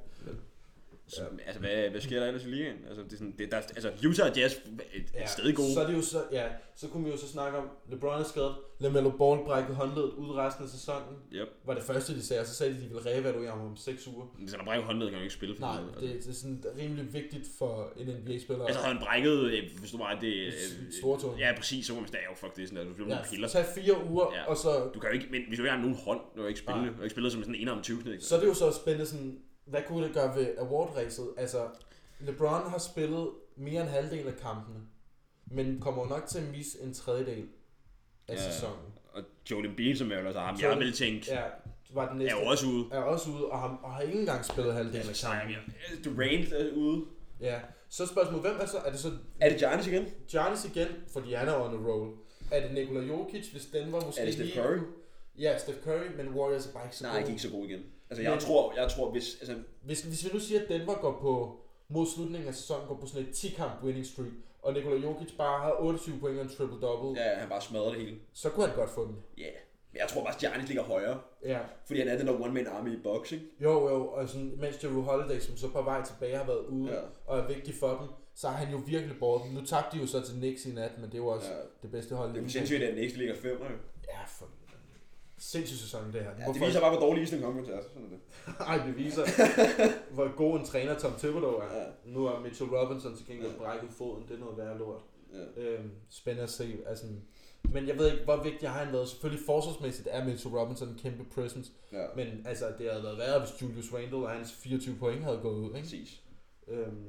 Speaker 2: Så, altså, hvad, hvad sker der ellers i ligaen? Altså, det er sådan, det, der, altså Utah Jazz et, ja, et sted gode.
Speaker 1: Så er det jo så, ja, så kunne vi jo så snakke om, LeBron er skadet, LaMelo Ball brækkede håndledet ud resten af sæsonen,
Speaker 2: Yep.
Speaker 1: var det første, de sagde, og så sagde de, at de ville reevaluere ham om 6 uger.
Speaker 2: Hvis han har brækket håndled, kan han jo ikke spille. for
Speaker 1: Nej,
Speaker 2: helvede, altså.
Speaker 1: det, det er sådan rimelig vigtigt for en NBA-spiller.
Speaker 2: Altså havde han brækket, øh, hvis du var det... øh,
Speaker 1: S- stortåen.
Speaker 2: Ja, præcis, så var man sådan, ja, jo, fuck det, sådan der, du bliver ja, piller.
Speaker 1: ja, tag fire uger,
Speaker 2: Ja.
Speaker 1: og så
Speaker 2: Du kan jo ikke, men hvis du ikke har nogen hånd, du kan jo ikke spille, du kan jo ikke spille som sådan en arm 20 knæk.
Speaker 1: Så er det jo så spændende sådan, hvad kunne det gøre ved award-ræset? Altså, LeBron har spillet mere end halvdelen af kampene, men kommer jo nok til at misse en tredjedel af
Speaker 2: Ja.
Speaker 1: ja. sæsonen.
Speaker 2: Og Joel Embiid, som jeg ellers har ham, jeg
Speaker 1: Joel-
Speaker 2: ville tænke,
Speaker 1: Ja, var den
Speaker 2: er
Speaker 1: næste.
Speaker 2: jo også ude.
Speaker 1: er også ude, og, har, og har ikke engang spillet halvdelen af kampen.
Speaker 2: Øh, Durant er ude.
Speaker 1: Ja. Så er spørgsmålet, hvem er så? Er det så
Speaker 2: Er det Giannis igen?
Speaker 1: Giannis igen? Fordi han er on a roll. Er det Nikola Jokic, hvis den var måske
Speaker 2: Er det Steph
Speaker 1: lige-
Speaker 2: Curry?
Speaker 1: Ja, Steph Curry, men Warriors er bare ikke så
Speaker 2: Nej,
Speaker 1: gode.
Speaker 2: han gik så god igen. Altså, jeg
Speaker 1: Men-
Speaker 2: tror, jeg tror, hvis... Altså,
Speaker 1: Hvis, hvis vi nu siger, at Denver går på, mod slutningen af sæsonen, går på sådan et 10-kamp winning streak, og Nikola Jokic bare har 28 point og en triple-double, ja.
Speaker 2: ja, han bare smadrer det hele.
Speaker 1: så kunne han godt få den.
Speaker 2: Ja. Men jeg tror bare, at Giannis ligger højere.
Speaker 1: Ja.
Speaker 2: Fordi han er den der one-man army i boxing.
Speaker 1: Jo, jo, og sådan, mens Drew Holiday, som så på vej tilbage, har været ude
Speaker 2: Ja.
Speaker 1: ja. og er vigtig for dem, så har han jo virkelig båret dem. Nu tabte de jo så til Knicks i nat, men det var også
Speaker 2: Ja.
Speaker 1: ja. det bedste hold.
Speaker 2: Det er jo
Speaker 1: i
Speaker 2: sindssygt, at den næste ligger femmer. jo.
Speaker 1: Ja, for sindssyg sæson det her.
Speaker 2: Ja, det viser bare, hvor dårlig Eastern Conference er. Sådan er det.
Speaker 1: Ej, det
Speaker 2: [laughs]
Speaker 1: viser, hvor god en træner Tom Thibodeau er.
Speaker 2: Ja.
Speaker 1: Ja. Nu er Mitchell Robinson til gengæld
Speaker 2: Ja.
Speaker 1: ja. brækket foden. Det er noget værre lort.
Speaker 2: Ja.
Speaker 1: Øhm, spændende at se. Altså, men jeg ved ikke, hvor vigtig har han været. Selvfølgelig forsvarsmæssigt er Mitchell Robinson en kæmpe presence.
Speaker 2: Ja.
Speaker 1: Men altså, det havde været værre, hvis Julius Randle og hans 24 point havde gået ud. Ikke?
Speaker 2: Præcis.
Speaker 1: Øhm,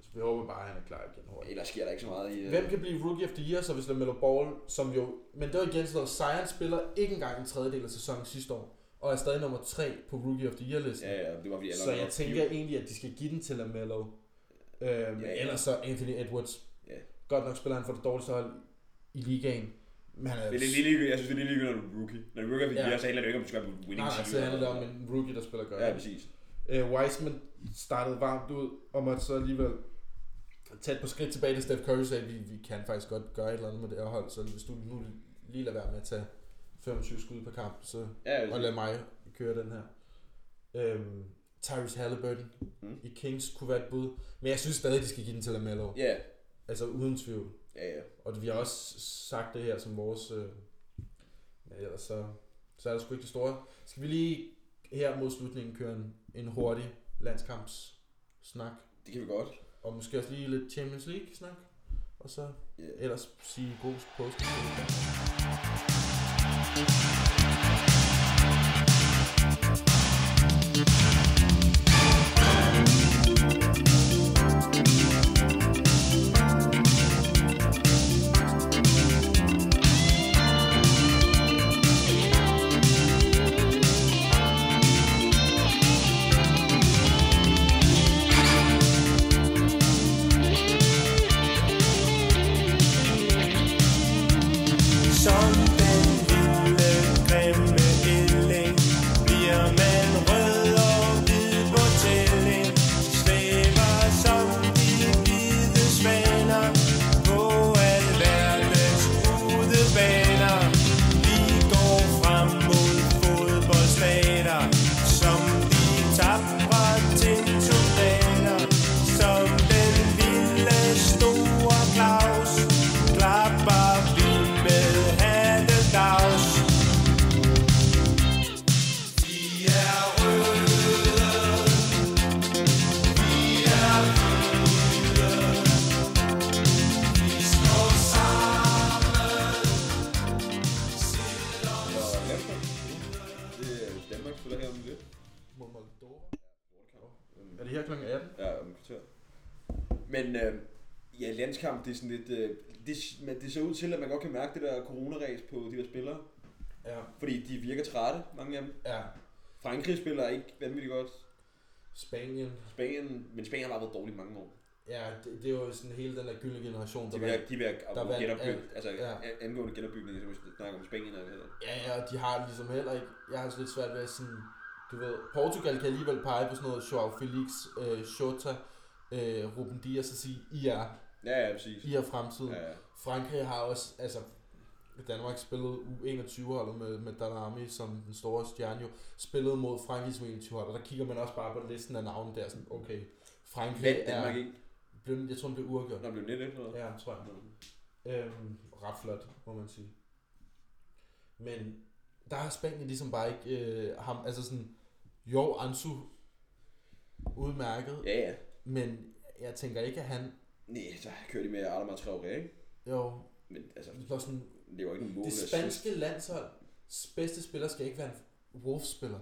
Speaker 1: så vi håber bare, at han er klar igen hurtigt.
Speaker 2: Ellers sker der ikke så meget i... øh,
Speaker 1: Hvem kan blive Rookie of the Year, så hvis LaMelo Ball, som jo... Men det var igen sådan noget, Zion spiller ikke engang en tredjedel af sæsonen sidste år, og er stadig nummer 3 på Rookie of the Year-listen.
Speaker 2: Ja, ja, det var fordi alle
Speaker 1: Så
Speaker 2: andre
Speaker 1: jeg
Speaker 2: var
Speaker 1: tænker
Speaker 2: fire.
Speaker 1: egentlig, at de skal give den til LaMelo. Øhm,
Speaker 2: ja.
Speaker 1: ja, Ellers så Anthony Edwards.
Speaker 2: Ja.
Speaker 1: Godt nok spiller han for det dårligste hold i ligaen. Men han er
Speaker 2: Det er lidt ligegyldigt, jeg synes, det er lidt ligegyldigt, når du er rookie. Når du er rookie,
Speaker 1: Ja.
Speaker 2: ja. så handler det jo ikke om, du skal være på winning
Speaker 1: Nej, så handler det om en rookie, der spiller godt.
Speaker 2: Ja, præcis.
Speaker 1: Øh, Wiseman startede varmt ud, og måtte så alligevel tæt på skridt tilbage til Steph Curry sagde, vi, vi kan faktisk godt gøre et eller andet med det her hold, så hvis du nu lige lader være med at tage 25 skud per kamp, så
Speaker 2: Ja,
Speaker 1: og
Speaker 2: det
Speaker 1: lad mig køre den her. Øhm, Tyrese Halliburton
Speaker 2: Mm.
Speaker 1: mm. i Kings kunne være et bud, men jeg synes stadig, de skal give den til LaMelo.
Speaker 2: ja,
Speaker 1: Altså uden tvivl.
Speaker 2: ja, ja.
Speaker 1: Og vi har også sagt det her som vores... Øh, men ellers så, så er der sgu ikke det store. Skal vi lige her mod slutningen køre en, en hurtig landskampssnak?
Speaker 2: Det kan vi godt.
Speaker 1: Og måske også lige lidt Champions League-snak? Og så
Speaker 2: Ja.
Speaker 1: ellers sige god påske.
Speaker 8: Som den lille grimme illing Bliver man rød og hvid på tælling Svæver som de hvide svaner På alverdens udebaner Vi går frem mod fodboldstater Som de tapre til soldater Som den lille store Claus Klapper vi med hattegavs Vi er røde Vi er røde Vi står sammen Selvom
Speaker 2: Og Danmark, det er Danmark spiller her om lidt.
Speaker 1: Mod Moldova. Er det her kl. 18?
Speaker 2: Ja, om et kvarter. Men øh, ja, landskamp, det er sådan lidt... Øh, det, men det ser ud til, at man godt kan mærke det der coronaræs på de der spillere.
Speaker 1: Ja.
Speaker 2: Fordi de virker trætte, mange af dem.
Speaker 1: Ja.
Speaker 2: Frankrig spiller ikke vanvittigt godt.
Speaker 1: Spanien.
Speaker 2: Spanien, men Spanien har bare været dårlig i mange år.
Speaker 1: Ja, det, det er jo sådan hele den der gyldne generation, der
Speaker 2: De
Speaker 1: vandt.
Speaker 2: vil, de vil
Speaker 1: der
Speaker 2: have
Speaker 1: vandt
Speaker 2: genopbygge,
Speaker 1: alt.
Speaker 2: altså
Speaker 1: Ja.
Speaker 2: ja. angående genopbygning, som vi snakker om Spanien og det
Speaker 1: Ja, ja, og de har ligesom heller ikke... Jeg har også lidt svært ved at sådan... Du ved, Portugal kan alligevel pege på sådan noget Joao Felix, øh, Jota, øh, Ruben Dias og sige, I er,
Speaker 2: Ja, ja, præcis.
Speaker 1: I er fremtiden.
Speaker 2: Ja, ja.
Speaker 1: Frankrig har også, altså... Danmark spillede U21-holdet med, med Darami som den store stjerne jo, spillede mod Frankrigs U21-hold, og der kigger man også bare på listen af navne der, sådan, okay, Frankrig
Speaker 2: Vandt Danmark
Speaker 1: er...
Speaker 2: ikke?
Speaker 1: Blev, jeg tror, den blev uafgjort.
Speaker 2: Når det blev net efter noget.
Speaker 1: Ja, tror jeg. Øhm, ret flot, må man sige. Men der har Spanien ligesom bare ikke øh, ham, altså sådan, jo, Ansu udmærket, ja.
Speaker 2: Ja, ja.
Speaker 1: men jeg tænker ikke, at han,
Speaker 2: Nej, så kører de med Adama Traoré, ikke?
Speaker 1: jo,
Speaker 2: Men altså,
Speaker 1: det var sådan,
Speaker 2: det var ikke en mål.
Speaker 1: det spanske landsholds bedste spiller skal ikke være en Wolves-spiller.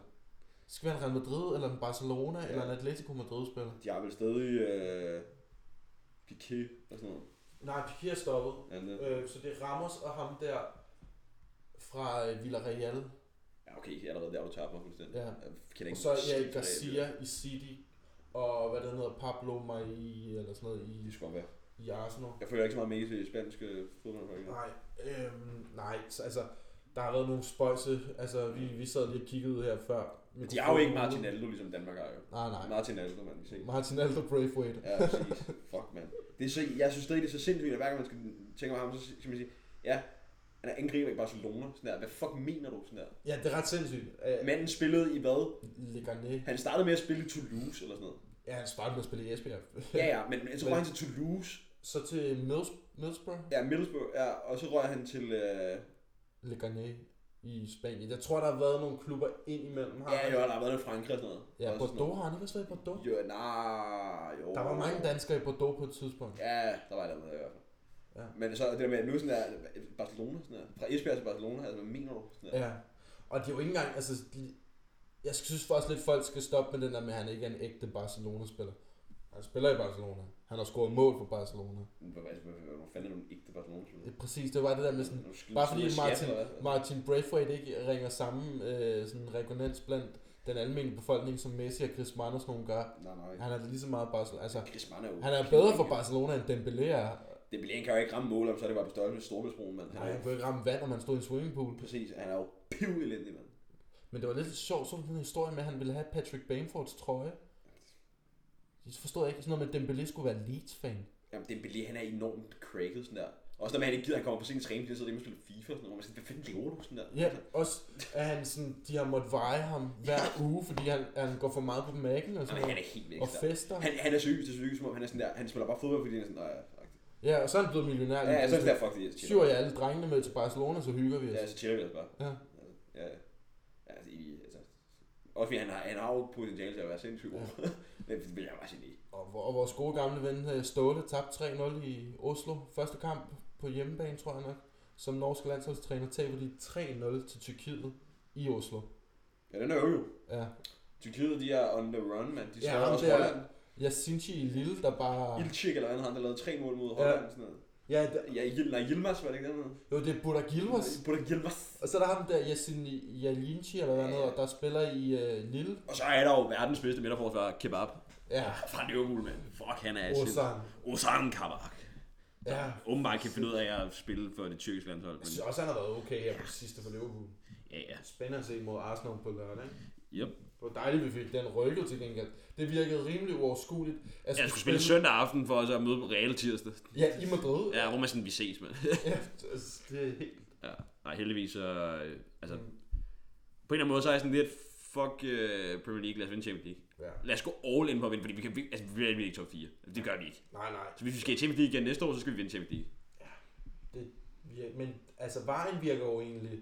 Speaker 1: Det skal være en Real Madrid, eller en Barcelona, ja. eller en Atletico Madrid-spiller.
Speaker 2: De har vel stadig øh, Piqué og sådan noget.
Speaker 1: Nej, Piqué er stoppet,
Speaker 2: Ja, det-
Speaker 1: øh, så det er Ramos og ham der fra øh, Villarreal,
Speaker 2: ja okay, allerede der, du tager mig fuldstændig.
Speaker 1: Ja.
Speaker 2: Jeg kender
Speaker 1: Og
Speaker 2: ikke
Speaker 1: så er
Speaker 2: skid fra
Speaker 1: Erik
Speaker 2: det.
Speaker 1: Garcia i City, og hvad det hedder, Pablo Mari, eller sådan noget,
Speaker 2: Det
Speaker 1: i,
Speaker 2: skulle godt være.
Speaker 1: i Arsenal.
Speaker 2: Jeg føler ikke så meget med til spansk øh, fodbold. faktisk.
Speaker 1: Nej, øhm, nej, så, altså, der har været nogle spøjse, altså, vi, vi sad lige og kiggede ud her før.
Speaker 2: Men de har jo ikke Martinaldo, ligesom Danmark har jo.
Speaker 1: Nej, nej.
Speaker 2: Martinaldo, man kan se.
Speaker 1: Martinaldo Braithwaite.
Speaker 2: Ja, præcis. Fuck, mand. Det er så, jeg synes stadig, det er så sindssygt, at hver gang man skal tænke om ham, så skal man sige, ja, han er angriber i Barcelona. Sådan der. Hvad fuck mener du? Sådan der.
Speaker 1: [laughs] Ja, det er ret sindssygt. Øh,
Speaker 2: Manden spillede i hvad?
Speaker 1: Legané.
Speaker 2: Han startede med at spille i Toulouse eller sådan noget.
Speaker 1: Ja, han startede med at spille i Esbjerg.
Speaker 2: Ja, ja, men så røg han til Toulouse.
Speaker 1: [laughs] så til Mills, Millsborough.
Speaker 2: Ja, Middlesbrough, ja, og så røg han til... Øh,
Speaker 1: Legané i Spanien. Jeg tror, der har været nogle klubber ind imellem ham.
Speaker 2: ja, jo, han har været i Frankrig og sådan noget.
Speaker 1: Ja,
Speaker 2: Og sådan
Speaker 1: Bordeaux har han ikke også været i Bordeaux?
Speaker 2: noget. Jo, nej, jo.
Speaker 1: Der var mange danskere i Bordeaux på et tidspunkt.
Speaker 2: Ja, der var et eller andet i hvert fald.
Speaker 1: Ja.
Speaker 2: Men så det der med, at nu sådan der, Barcelona, sådan der, fra Esbjerg til Barcelona, altså, hvad mener du? Sådan der.
Speaker 1: Ja, og det er jo ikke engang, altså, de- jeg synes faktisk lidt, folk skal stoppe med den der med, at han ikke er en ægte Barcelona-spiller. Han spiller i Barcelona. Han har scoret mål for Barcelona.
Speaker 2: Hvad, hvad, hvad, hvad, hvad fanden er du en ægte Barcelona?
Speaker 1: Det er præcis, det var det der med sådan,
Speaker 2: Nu skal-
Speaker 1: bare
Speaker 2: nu
Speaker 1: fordi
Speaker 2: skal vi
Speaker 1: Martin,
Speaker 2: skabe noget.
Speaker 1: Martin Braithwaite ikke ringer samme øh, sådan rekonens blandt den almindelige befolkning, som Messi og Cristiano og sådan nogle gør.
Speaker 2: Nej, nej.
Speaker 1: Han er lige så meget Barcelona, altså,
Speaker 2: Griezmann er jo...
Speaker 1: han er bedre for Barcelona end Dembélé er.
Speaker 2: Det bliver, han kan jo ikke ramme mål, om så er det bare på størrelse med Storbritannien, mand. Han
Speaker 1: Nej,
Speaker 2: er
Speaker 1: han
Speaker 2: jo,
Speaker 1: kunne ikke ramme vand, når man stod i en swimmingpool.
Speaker 2: præcis, han er jo piv elendig, mand.
Speaker 1: Men det var lidt sjovt, så var der den her historie med, at han ville have Patrick Bamfords trøje. Det forstod jeg ikke. Sådan noget med, at Dembélé skulle være Leeds-fan.
Speaker 2: Jamen, det Belé, han er enormt cracket, sådan der. Også når man ikke gider, han kommer på sin træning, så sidder hjemme og spiller FIFA, og sådan noget, hvor man sådan, hvad fanden lever du, sådan der? Altså,
Speaker 1: Ja, også at han sådan, de har måttet veje ham hver uge, fordi han, han går for meget på mækken og sådan
Speaker 2: Jamen, han
Speaker 1: noget.
Speaker 2: er helt væk.
Speaker 1: Og
Speaker 2: sådan der.
Speaker 1: fester.
Speaker 2: Han, han er seriøst, det er seriøst, som om han er sådan der, han spiller bare fodbold, fordi han er sådan, nej, fuck det."
Speaker 1: Ja, og så er han blevet millionær.
Speaker 2: Ja, ja, så er det sådan der, fuck det, jeg
Speaker 1: Syver
Speaker 2: chiller.
Speaker 1: jeg alle drengene med til Barcelona, så hygger vi os.
Speaker 2: Ja, så chiller vi altså bare.
Speaker 1: Ja.
Speaker 2: Altså, Ja, ja. Altså, i, altså, også fordi han har, han har jo potentiale til at være sindssygt god. Men [laughs] det vil jeg bare sige nej.
Speaker 1: Og, hvor- og vores gode gamle ven øh, Ståle tabte 3-0 i Oslo. Første kamp på hjemmebane, tror jeg nok. Som norsk landsholdstræner taber de 3-0 til Tyrkiet i Oslo.
Speaker 2: Ja, den er jo jo.
Speaker 1: Ja.
Speaker 2: Tyrkiet, de er on the run, mand. De
Speaker 1: Ja,
Speaker 2: slår
Speaker 1: ham
Speaker 2: også
Speaker 1: der-
Speaker 2: Holland.
Speaker 1: Jasinci i Lille, der bare...
Speaker 2: Ilchik eller andet, han der lavede tre mål mod Holland. Sådan noget.
Speaker 1: Ja, der,
Speaker 2: Ja, Yil- nej, Yilmaz var det ikke den hed?
Speaker 1: jo, det er Burak Yilmaz.
Speaker 2: Burak Yilmaz.
Speaker 1: Og så er der ham der, Yasin Jalinci, eller hvad noget, der spiller i øh, Lille.
Speaker 2: Og så er der jo verdens bedste midterforsvar, Kebab.
Speaker 1: Ja,
Speaker 2: Fra Liverpool, mand. Fuck, han er
Speaker 1: Ozan.
Speaker 2: Ozan Kabak.
Speaker 1: Ja.
Speaker 2: Åbenbart kan finde ud af at spille for det tyrkiske landshold.
Speaker 1: Jeg synes
Speaker 2: Men
Speaker 1: også, han har været okay her på det sidste for Liverpool.
Speaker 2: ja, ja.
Speaker 1: Spændende at se mod Arsenal på lørdag. ikke?
Speaker 2: Yep.
Speaker 1: Det var dejligt, vi fik den rykket til gengæld. Det virkede rimelig uoverskueligt. at
Speaker 2: Jeg skulle spille søndag aften for så at møde på Real tirsdag.
Speaker 1: Ja, i Madrid.
Speaker 2: Ja, hvor man sådan, vi ses, mand.
Speaker 1: Ja, altså, [laughs] det er helt...
Speaker 2: [laughs] ja. Nej, heldigvis så... øh, Altså, på en eller anden måde, så er jeg sådan lidt, fuck øh, Premier League, lad os vinde Champions League.
Speaker 1: Ja.
Speaker 2: Lad os gå all in på at vinde, fordi vi kan vi- altså, vi bliver ikke top 4. Det gør vi ikke.
Speaker 1: Nej, nej.
Speaker 2: Så hvis vi skal i Champions League igen næste år, så skal vi vinde Champions League.
Speaker 1: Det vir- men altså, vejen virker jo egentlig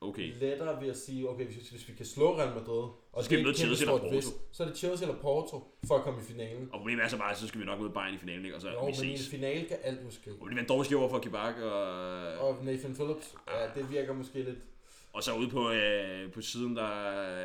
Speaker 2: Okay.
Speaker 1: lettere ved at sige, okay, hvis, hvis vi kan slå Real Madrid, og
Speaker 2: skal vi
Speaker 1: det er
Speaker 2: møde
Speaker 1: et kæmpe
Speaker 2: Chelsea eller
Speaker 1: stort
Speaker 2: Porto.
Speaker 1: vist, så er det Chelsea eller Porto for at komme i finalen.
Speaker 2: Og problemet er så bare, at så skal vi nok møde Bayern i finalen, ikke? og så
Speaker 1: Jo,
Speaker 2: jo, vi
Speaker 1: men i
Speaker 2: ses.
Speaker 1: en finale kan alt jo ske.
Speaker 2: Og det var en dårlig skiver over for Kibak, og, og,
Speaker 1: Og Nathan Phillips,
Speaker 2: Ah.
Speaker 1: ja, det virker måske lidt...
Speaker 2: og så ude på, øh, på siden, der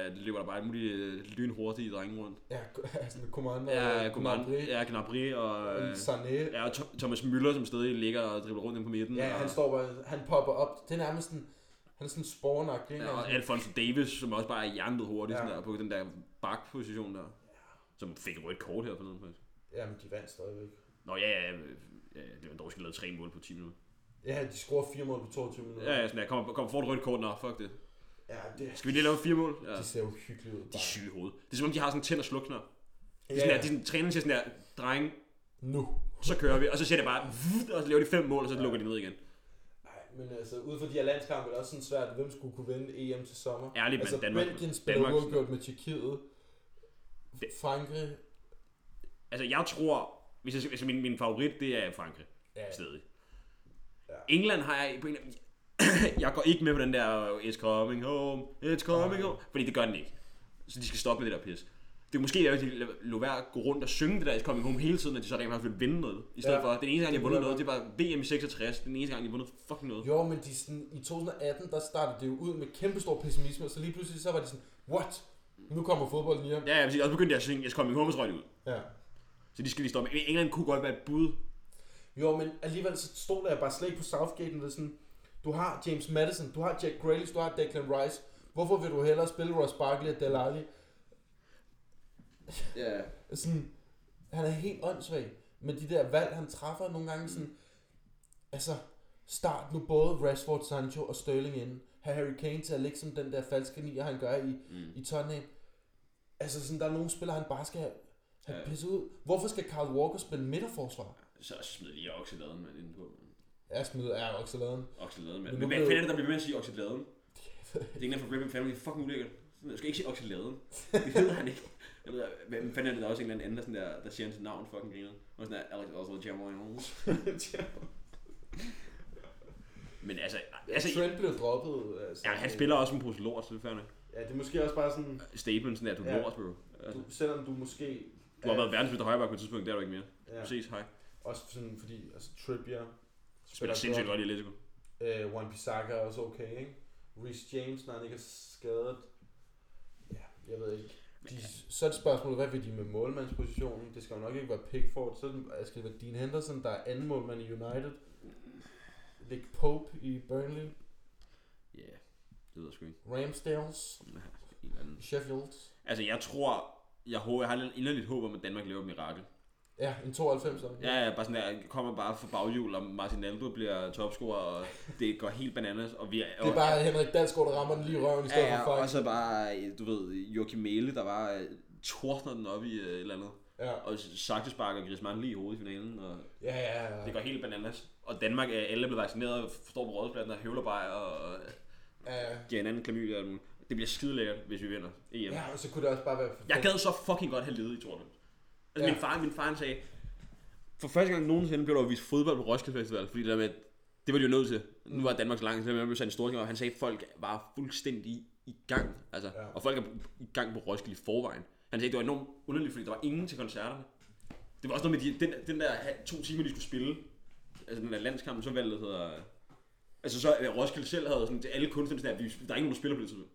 Speaker 2: øh, løber der bare et muligt øh, lynhurtige drenge rundt.
Speaker 1: Ja, [laughs] altså med Command og
Speaker 2: Ja, Gnabry,
Speaker 1: Gnabry
Speaker 2: ja, Gnabry og,
Speaker 1: og
Speaker 2: øh,
Speaker 1: Sané.
Speaker 2: ja, og Tho- Thomas Müller, som stadig ligger og dribler rundt inde på midten.
Speaker 1: Ja,
Speaker 2: og,
Speaker 1: han står bare, han popper op. Det er nærmest sådan, han er sådan spornagtig.
Speaker 2: ja,
Speaker 1: Ja,
Speaker 2: og Alfonso Davis, som også bare er hjernet hurtigt
Speaker 1: Ja.
Speaker 2: ja. sådan der, på den der bakposition der. Som fik et rødt kort her for noget. Faktisk.
Speaker 1: Altså, Jamen, de vandt stadigvæk.
Speaker 2: Nå ja, ja, øh, ja det var dog skal lavet tre mål på 10 minutter.
Speaker 1: Ja, de scorer fire mål på 22 minutter.
Speaker 2: Ja, ja, sådan der, kommer, kommer for et rødt kort, nå, fuck det.
Speaker 1: ja det,
Speaker 2: Skal vi lige lave fire mål? Ja.
Speaker 1: de ser jo hyggelige ud.
Speaker 2: De er
Speaker 1: Bare.
Speaker 2: syge i hovedet. Det er som om, de har sådan tænd og slukner. Det er
Speaker 1: Ja,
Speaker 2: sådan
Speaker 1: ja.
Speaker 2: der, de sådan, træner til sådan der, dreng,
Speaker 1: Nu.
Speaker 2: så kører vi, og så siger det bare, "Vuh", og så laver de fem mål, og så lukker de ned igen.
Speaker 1: Nej, men altså, ud fra de her landskampe er det også sådan svært, hvem skulle kunne vinde EM til sommer.
Speaker 2: Ærligt, men
Speaker 1: altså,
Speaker 2: Danmark-
Speaker 1: Belgien spiller
Speaker 2: Danmark-
Speaker 1: uafgjort med Tjekkiet. Frankrig.
Speaker 2: Altså, jeg tror, hvis jeg, altså, min, min favorit, det er Frankrig.
Speaker 1: Ja,
Speaker 2: Stadig.
Speaker 1: Ja.
Speaker 2: England har jeg på en [clears throat] eller anden... Jeg går ikke med på den der, øh, it's coming home, it's coming home, fordi det gør den ikke. Så de skal stoppe med det der pis. Det kunne måske være, at de lad- lå være at gå rundt og synge det der It's Coming Home hele tiden, at de så rent faktisk ville vinde noget. I stedet
Speaker 1: Ja.
Speaker 2: ja, for, den eneste gang, de
Speaker 1: Det
Speaker 2: har vundet
Speaker 1: kunne
Speaker 2: noget, det var VM i 66. Den eneste gang, de har vundet fucking noget.
Speaker 1: Jo, men de sådan, i 2018, der startede det jo ud med kæmpestor pessimisme, og så lige pludselig så var det sådan, what? Nu kommer fodbolden hjem.
Speaker 2: Ja, ja, præcis. Og så begyndte jeg at synge It's Coming Home, og så røg de ud.
Speaker 1: Ja.
Speaker 2: Så de skal lige stoppe. England kunne godt være et bud.
Speaker 1: Jo, men alligevel så stod der bare slet ikke på Southgate, det er sådan, du har James Madison, du har Jack Grealish, du har Declan Rice. Hvorfor vil du hellere spille Ross Barkley og Dele Alli?
Speaker 2: Ja.
Speaker 1: sådan, han er helt åndssvag med de der valg, han træffer nogle gange sådan, altså, start nu både Rashford, Sancho og Sterling inden. Have Harry Kane til at ligge som den der falske nier, han gør i, mm. i Tottenham. Altså, sådan, der er nogle spillere, han bare skal have, have ja. pisset ud. Hvorfor skal Carl Walker spille midterforsvar?
Speaker 2: Så smed de oxaladen mand ind på.
Speaker 1: Jeg smider er oxaladen.
Speaker 2: Oxaladen
Speaker 1: Men
Speaker 2: mand. Men
Speaker 1: nu
Speaker 2: hvad
Speaker 1: blev-
Speaker 2: fanden er det, der bliver ved med at sige oxaladen? Det er ikke for Ribbon Family. Det er fucking ulækkert. Sådan, Jeg skal ikke sige oxaladen. Det hedder han ikke. Jeg ved, hvem fanden er det, der er også en eller anden, der, sådan der, der siger hans navn fucking griner. Og sådan der, Alex Oswald
Speaker 1: [laughs]
Speaker 2: Jamal. Men altså, altså
Speaker 1: Trent blev droppet. Altså,
Speaker 2: ja, han spiller også en pose lort, så det er fair nok.
Speaker 1: Ja, det er måske også bare sådan,
Speaker 2: Statement sådan der, du er
Speaker 1: Ja.
Speaker 2: lort, bro. Altså,
Speaker 1: du, selvom du måske...
Speaker 2: du har
Speaker 1: er-
Speaker 2: været verdensmester højreback på et tidspunkt, det er du ikke mere.
Speaker 1: Ja,
Speaker 2: Præcis, hej.
Speaker 1: også sådan, fordi altså, Trippier
Speaker 2: Spiller sindssygt godt i Atletico.
Speaker 1: Øh, Juan Bissaka er også okay, ikke? Reece James, når han ikke er skadet. Ja, jeg ved ikke. De, så er det spørgsmålet, hvad vil de med målmandspositionen? Det skal jo nok ikke være Pickford. Så er det- altså, skal det være Dean Henderson, der er anden målmand i United. Nick Pope i Burnley.
Speaker 2: Ja, yeah. det ved jeg sgu ikke.
Speaker 1: Ramsdales.
Speaker 2: En eller anden.
Speaker 1: Sheffield.
Speaker 2: Altså, jeg tror, jeg, håber, jeg har lidt inderligt håb om, at Danmark laver et mirakel.
Speaker 1: Ja, en 92. Ja.
Speaker 2: Ja, ja, bare sådan der, kommer bare for baghjul, og Martinaldo bliver topscorer, og det går helt bananas, og vi er...
Speaker 1: Det er bare Henrik Dalsgaard, der rammer den lige i røven i stedet
Speaker 2: ja, ja,
Speaker 1: for
Speaker 2: og
Speaker 1: Frank.
Speaker 2: så bare, du ved, Joachim Mæle, der bare øh, tordner den op i øh, et eller andet.
Speaker 1: Ja.
Speaker 2: Og Saxe sparker Griezmann lige i hovedet i finalen, og
Speaker 1: Ja, ja, ja.
Speaker 2: det går helt bananas. Og Danmark er alle blevet vaccineret, og står på rådspladsen og høvler bare, og øh,
Speaker 1: ja, ja.
Speaker 2: giver hinanden klamydia og alt muligt. Det bliver skide lækkert, hvis vi vinder E EM.
Speaker 1: ja og så kunne det også bare være...
Speaker 2: Jeg gad så fucking godt have ledet i Tornum.
Speaker 1: Ja.
Speaker 2: Altså, ja. min, far, min far han sagde, for første gang nogensinde blev der jo vist fodbold på Roskilde Festival, fordi det, der med, det var de jo nødt til. Nu var Danmarks langt, så det blev sat en stor og han sagde, at folk var fuldstændig i gang. Altså,
Speaker 1: Ja.
Speaker 2: ja. Og folk er i gang på Roskilde i forvejen. Han sagde, det var enormt underligt, fordi der var ingen til koncerterne. Det var også noget med, de, den, den der ha- to timer, de skulle spille, altså den der landskamp, så valgte det hedder... Altså så øh, Roskilde selv havde sådan, til alle kunstnere, sådan, at vi, der er ingen, der spiller på det tidspunkt.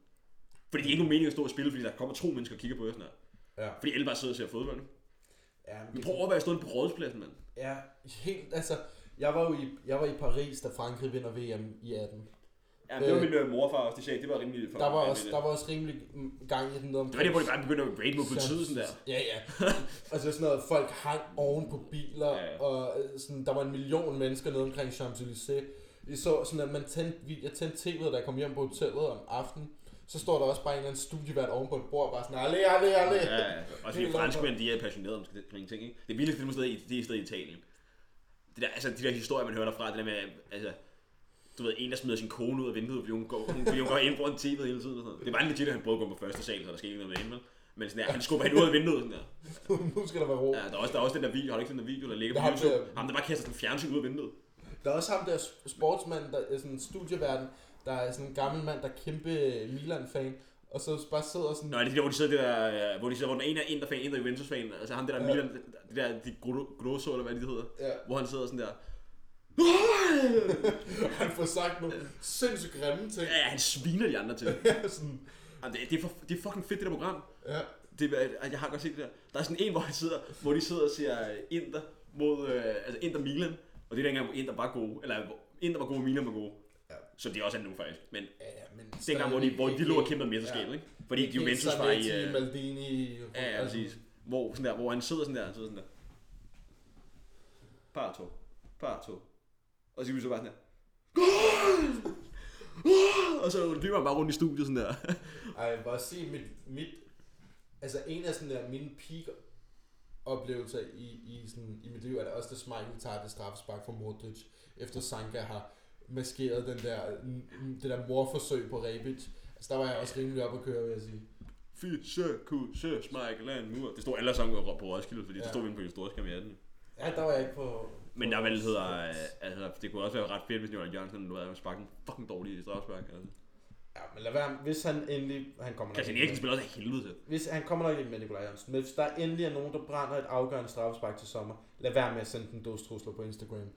Speaker 2: Fordi det er ikke nogen mening at stå og spille, fordi der kommer to mennesker og kigger på jer sådan her.
Speaker 1: Ja,
Speaker 2: Fordi alle bare sidder og ser fodbold. ikke?
Speaker 1: ja, men
Speaker 2: Men
Speaker 1: det-
Speaker 2: prøv at overveje at stå inde på rådspladsen, mand.
Speaker 1: ja, helt, altså... Jeg var jo i, jeg var i Paris, da Frankrig vinder VM i 18.
Speaker 2: Ja,
Speaker 1: det var min,
Speaker 2: øh, morfar også, de sagde, det var rimelig øh, for
Speaker 1: Øh. Der var også, der var også rimelig mm, gang i den noget
Speaker 2: Det var det, hvor de bare begyndte at raid mod politiet sådan der.
Speaker 1: Ja, ja. Og så sådan noget, folk hang oven på biler,
Speaker 2: Ja,
Speaker 1: ja.
Speaker 2: ja.
Speaker 1: og øh, sådan, der var en million mennesker nede omkring Champs-Élysées. Vi så sådan, at man tændte, vi- jeg tændte tv'et, da jeg kom hjem på hotellet om aftenen. Så står der også bare en eller anden studievært oven på et bord, bare sådan, allé, allé, allé.
Speaker 2: Ja, ja. Og
Speaker 1: Helt
Speaker 2: de
Speaker 1: ovenpå.
Speaker 2: franskmænd, de er passionerede om sådan nogle ting, ikke? Det billigste film sted i, det er sted i Italien. Det der, altså, de der historier, man hører derfra, det der med, altså, du ved, en, der smider sin kone ud af vinduet, fordi hun går, hun, fordi hun går ind foran tv'et hele tiden. Og sådan. noget. Det var en legit, at han prøvede at gå på første sal, så der skete ikke noget med hende, vel? Men sådan der, han skubber hende ud af vinduet, sådan der.
Speaker 1: [laughs] nu skal der være ro.
Speaker 2: Ja, der er også, der er også den der video, har du ikke set den der video, der ligger
Speaker 1: Jeg
Speaker 2: på
Speaker 1: har
Speaker 2: YouTube?
Speaker 1: det.
Speaker 2: Ham, der bare kaster sådan en fjernsyn ud af vinduet.
Speaker 1: Der er også ham der sportsmand, der er sådan en studieverden, der er sådan en gammel mand, der er kæmpe øh, Milan-fan. Og så bare sidder sådan... [laughs]
Speaker 2: Nå, det er det der, hvor de sidder, det der, øh, hvor de sidder, hvor den ene er Inter-fan, en der er Juventus-fan, altså ham det der
Speaker 1: Ja.
Speaker 2: Milan, det der, de Gro- Grosso, eller hvad det hedder,
Speaker 1: Ja.
Speaker 2: hvor han sidder sådan der,
Speaker 1: Han får sagt nogle sindssygt grimme ting.
Speaker 2: ja, han sviner de andre til.
Speaker 1: [laughs] sådan,
Speaker 2: Jamen, det, det, er for, det er fucking fedt, det der program.
Speaker 1: ja.
Speaker 2: Det, er- jeg har godt set det der. Der er sådan en, hvor, han sidder, hvor de sidder og ser øh, Inter mod, øh, altså Inter Milan, og det er dengang, hvor Inter var gode, eller hvor Inter var gode, og Milan var gode.
Speaker 1: Ja.
Speaker 2: Så det er også er nu faktisk, men
Speaker 1: Ja, ja, men
Speaker 2: dengang, hvor de, hvor de lå og kæmpede med mesterskabet, ikke? Fordi Juventus var i...
Speaker 1: Øh...
Speaker 2: øh,
Speaker 1: Maldini... altså,
Speaker 2: Ja, ja, præcis. Hvor, sådan der, hvor han sidder sådan der, han sidder sådan der. Par to. Par to. Og så kan vi så bare sådan der. Goal! Og så løber han bare rundt i studiet sådan der. [laughs]
Speaker 1: Ej, jeg vil bare sige, mit, mit... Altså, en af sådan der mine peak oplevelser i, i, sådan, i mit liv, er da også, da Schmeichel tager det straffespark fra Modric, efter Sanka har maskeret den der, n- det der morforsøg på Rebic. Altså, der var jeg også rimelig oppe at køre, vil jeg sige.
Speaker 2: Fisse, kusse, smæk, lad en mur. Det stod alle sammen på Roskilde, fordi ja.
Speaker 1: Ja.
Speaker 2: det stod vi inde på den store skærm i 18.
Speaker 1: Ja, der var jeg ikke på...
Speaker 2: Men der vel hedder, øh, altså, det kunne også være ret fedt, hvis Jørgen Jørgensen nu havde sparket en fucking dårlig strafspark. Altså.
Speaker 1: Ja, men lad være, hvis han endelig... Han kommer nok
Speaker 2: Christian
Speaker 1: ikke med.
Speaker 2: Eriksen spiller også af helvede til.
Speaker 1: Hvis han kommer nok ikke med Nikolaj Jørgensen, men hvis der endelig er nogen, der brænder et afgørende straffespark til sommer, lad være med at sende den dåse trusler på Instagram.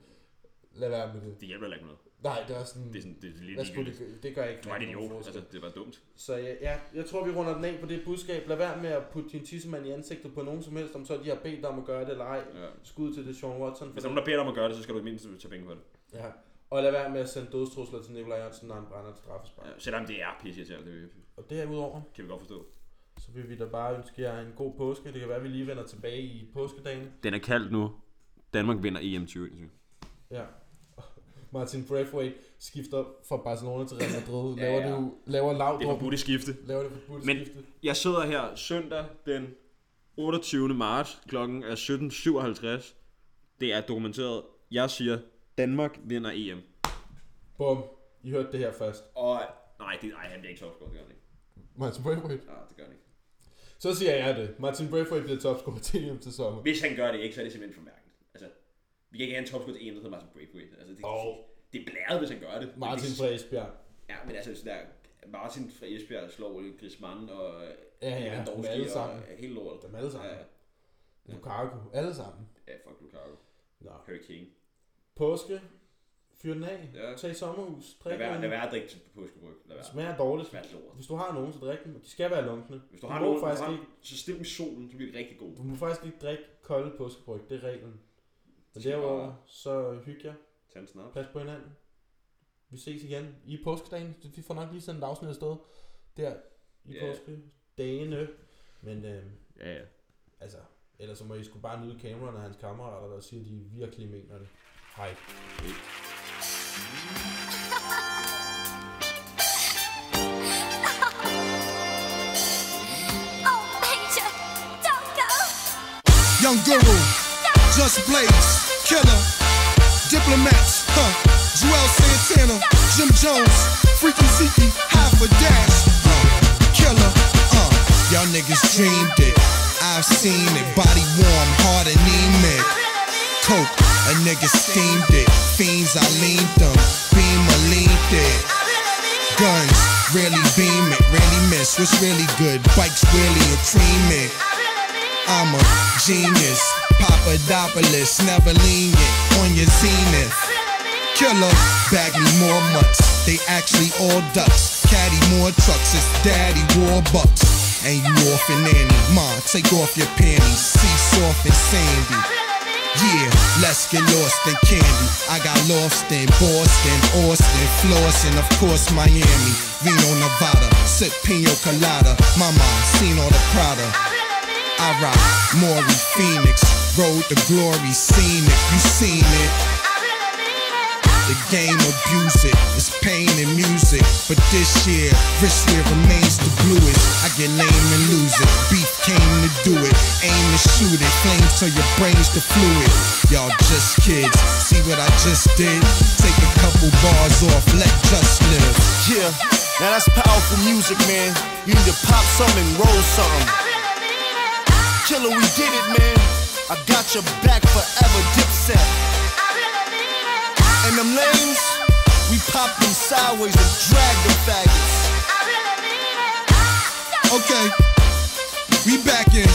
Speaker 1: Lad være med det.
Speaker 2: Det hjælper heller ikke noget.
Speaker 1: Nej, det er sådan...
Speaker 2: Det er sådan, det er lidt
Speaker 1: lad os putte-
Speaker 2: ligegyldigt.
Speaker 1: det, det gør ikke
Speaker 2: Du var en
Speaker 1: rigtig nogen
Speaker 2: idiot,
Speaker 1: forskel.
Speaker 2: altså, det var dumt.
Speaker 1: Så ja, ja, jeg tror, vi runder den af på det budskab. Lad være med at putte din tissemand i ansigtet på nogen som helst, om så de har bedt dig om at gøre det eller ej.
Speaker 2: Ja.
Speaker 1: Skud til det, Sean Watson. For
Speaker 2: Hvis der er nogen, der beder dig om at gøre det, så skal du i mindst tage penge for det.
Speaker 1: Ja. Og lad være med at sende dødstrusler til Nikolaj Jørgensen, når han brænder et straffespark. Ja.
Speaker 2: Ja, Øh, selvom det er pisse irriterende, det
Speaker 1: Og derudover,
Speaker 2: kan vi godt forstå.
Speaker 1: så vil vi da bare ønske jer en god påske. Det kan være, at vi lige vender tilbage i påskedagene.
Speaker 2: Den er kaldt nu. Danmark vinder EM 2021.
Speaker 1: Ja. [laughs] Martin Braithwaite skifter fra Barcelona til Real Madrid. Laver,
Speaker 2: Ja, ja.
Speaker 1: Det, laver
Speaker 2: Det er
Speaker 1: Laudrup,
Speaker 2: forbudt at skifte.
Speaker 1: laver det forbudte
Speaker 2: Men-
Speaker 1: skifte.
Speaker 2: Jeg sidder her søndag den 28. marts. Klokken er 17.57. Det er dokumenteret. Jeg siger, Danmark vinder EM.
Speaker 1: Bum. I hørte det her først.
Speaker 2: Og... Nej, det, nej han bliver ikke topscorer, det gør han ikke.
Speaker 1: Martin Braithwaite.
Speaker 2: Nej, det gør han ikke.
Speaker 1: Så siger jeg det. Martin Braithwaite bliver topscorer til EM til sommer.
Speaker 2: Hvis han gør det ikke, så er det simpelthen for mærkeligt. Altså, vi kan ikke have en topscorer til EM, der hedder Martin Braithwaite. Altså, det,
Speaker 1: Og
Speaker 2: det er blæret, hvis han gør det. Men
Speaker 1: Martin
Speaker 2: det-
Speaker 1: fra Esbjerg.
Speaker 2: Ja, men altså sådan der, Martin fra Esbjerg slår jo Griezmann og øh,
Speaker 1: Ja, ja,
Speaker 2: Lewandowski
Speaker 1: dem alle sammen.
Speaker 2: og øh, hele lortet.
Speaker 1: Dem alle sammen.
Speaker 2: Ja,
Speaker 1: Lukaku. Alle sammen.
Speaker 2: ja fuck Lukaku.
Speaker 1: Nå.
Speaker 2: Harry Kane.
Speaker 1: Påske. Fyr den af.
Speaker 2: Ja.
Speaker 1: Tag i sommerhus. Drik
Speaker 2: Lad være, lad
Speaker 1: den.
Speaker 2: være at drikke til påskebryg. Lad være.
Speaker 1: Smager dårligt.
Speaker 2: Smager af lort.
Speaker 1: Hvis du har nogen, så drik dem. De skal være lunkne.
Speaker 2: Hvis du har
Speaker 1: må
Speaker 2: nogen, du
Speaker 1: faktisk
Speaker 2: har,
Speaker 1: ikke,
Speaker 2: så stil dem i solen, så bliver det rigtig godt.
Speaker 1: du må faktisk ikke drikke kolde påskebryg. Det er reglen. Men
Speaker 2: skal
Speaker 1: derudover,
Speaker 2: bare-
Speaker 1: så hyg jer.
Speaker 2: Tag en snart.
Speaker 1: Pas på hinanden. Vi ses igen i påskedagen. Vi får nok lige sendt et afsnit afsted der i
Speaker 2: Ja.
Speaker 1: yeah. påskedagene. Men øh,
Speaker 2: Ja, ja.
Speaker 1: altså, ellers så må I sgu bare nyde Cameron og hans kammerater, der siger, at de virkelig mener det. Hej.
Speaker 9: Oh, Major, don't go! Young guru, just blaze, killer, diplomats, huh? Joel Santana, Jim Jones, Freaky Zeke, half a dash, huh? Killer, uh, y'all niggas dreamed it. I've seen it, body warm, hard anemic. Coke, a nigga steamed it. Fiends, I leaned them, beam, I leaned it. Guns, really beam it, really miss. What's really good? Bikes, really a cream it. I'm a genius, Papadopoulos, never lenient on your zenith. Killer, bag me more mutts. They actually all ducks. Caddy more trucks, it's daddy warbucks. And you off and nanny, ma, take off your panties. See soft and sandy. Yeah, let's get lost in candy. I got lost in Boston, Austin, Flossin, of course Miami, Reno, Nevada. Sip pino colada, mama seen all the Prada. I rock Maury Phoenix, road to glory, seen it, you seen it. The game abuse it, it's pain and music. But this year, wristwear remains the bluest. I get lame and lose it. Beef came to do it, aim to shoot it. Flames till your brain's the fluid. Y'all just kids, see what I just did? Take a couple bars off, let just live.
Speaker 6: Yeah, now that's powerful music, man. You need to pop something, roll something. Killer, we did it, man. I got your back forever, dipset. And them lanes, we pop them sideways and drag them faggots.
Speaker 9: Okay, we back in.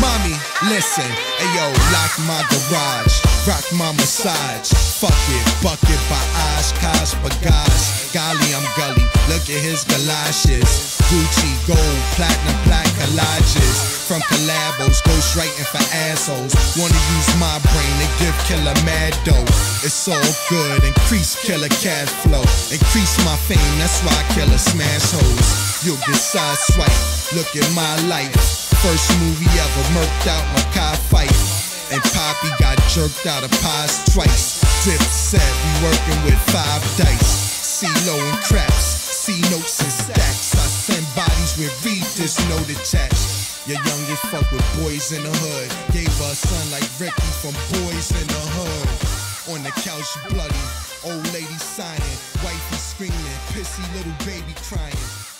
Speaker 9: Mommy, listen, ayo, lock my garage, rock my massage. Fuck it, bucket by Oshkosh bagage. Golly, I'm gully, look at his galoshes. Gucci, gold, platinum, black collages. From collabos, ghostwriting for assholes. Wanna use my brain to give killer mad dough. It's all good, increase killer cash flow. Increase my fame, that's why killer smash hoes. You'll get side swipe, look at my life. First movie ever murked out my car fight. And Poppy got jerked out of pies twice. Dip set, we working with five dice. See low and craps, see notes and stacks. I send bodies with readers, no detached. Your youngest fuck with boys in the hood. Gave her a son like Ricky from Boys in the Hood. On the couch, bloody. Old lady sighing, wifey screaming, pissy little baby crying.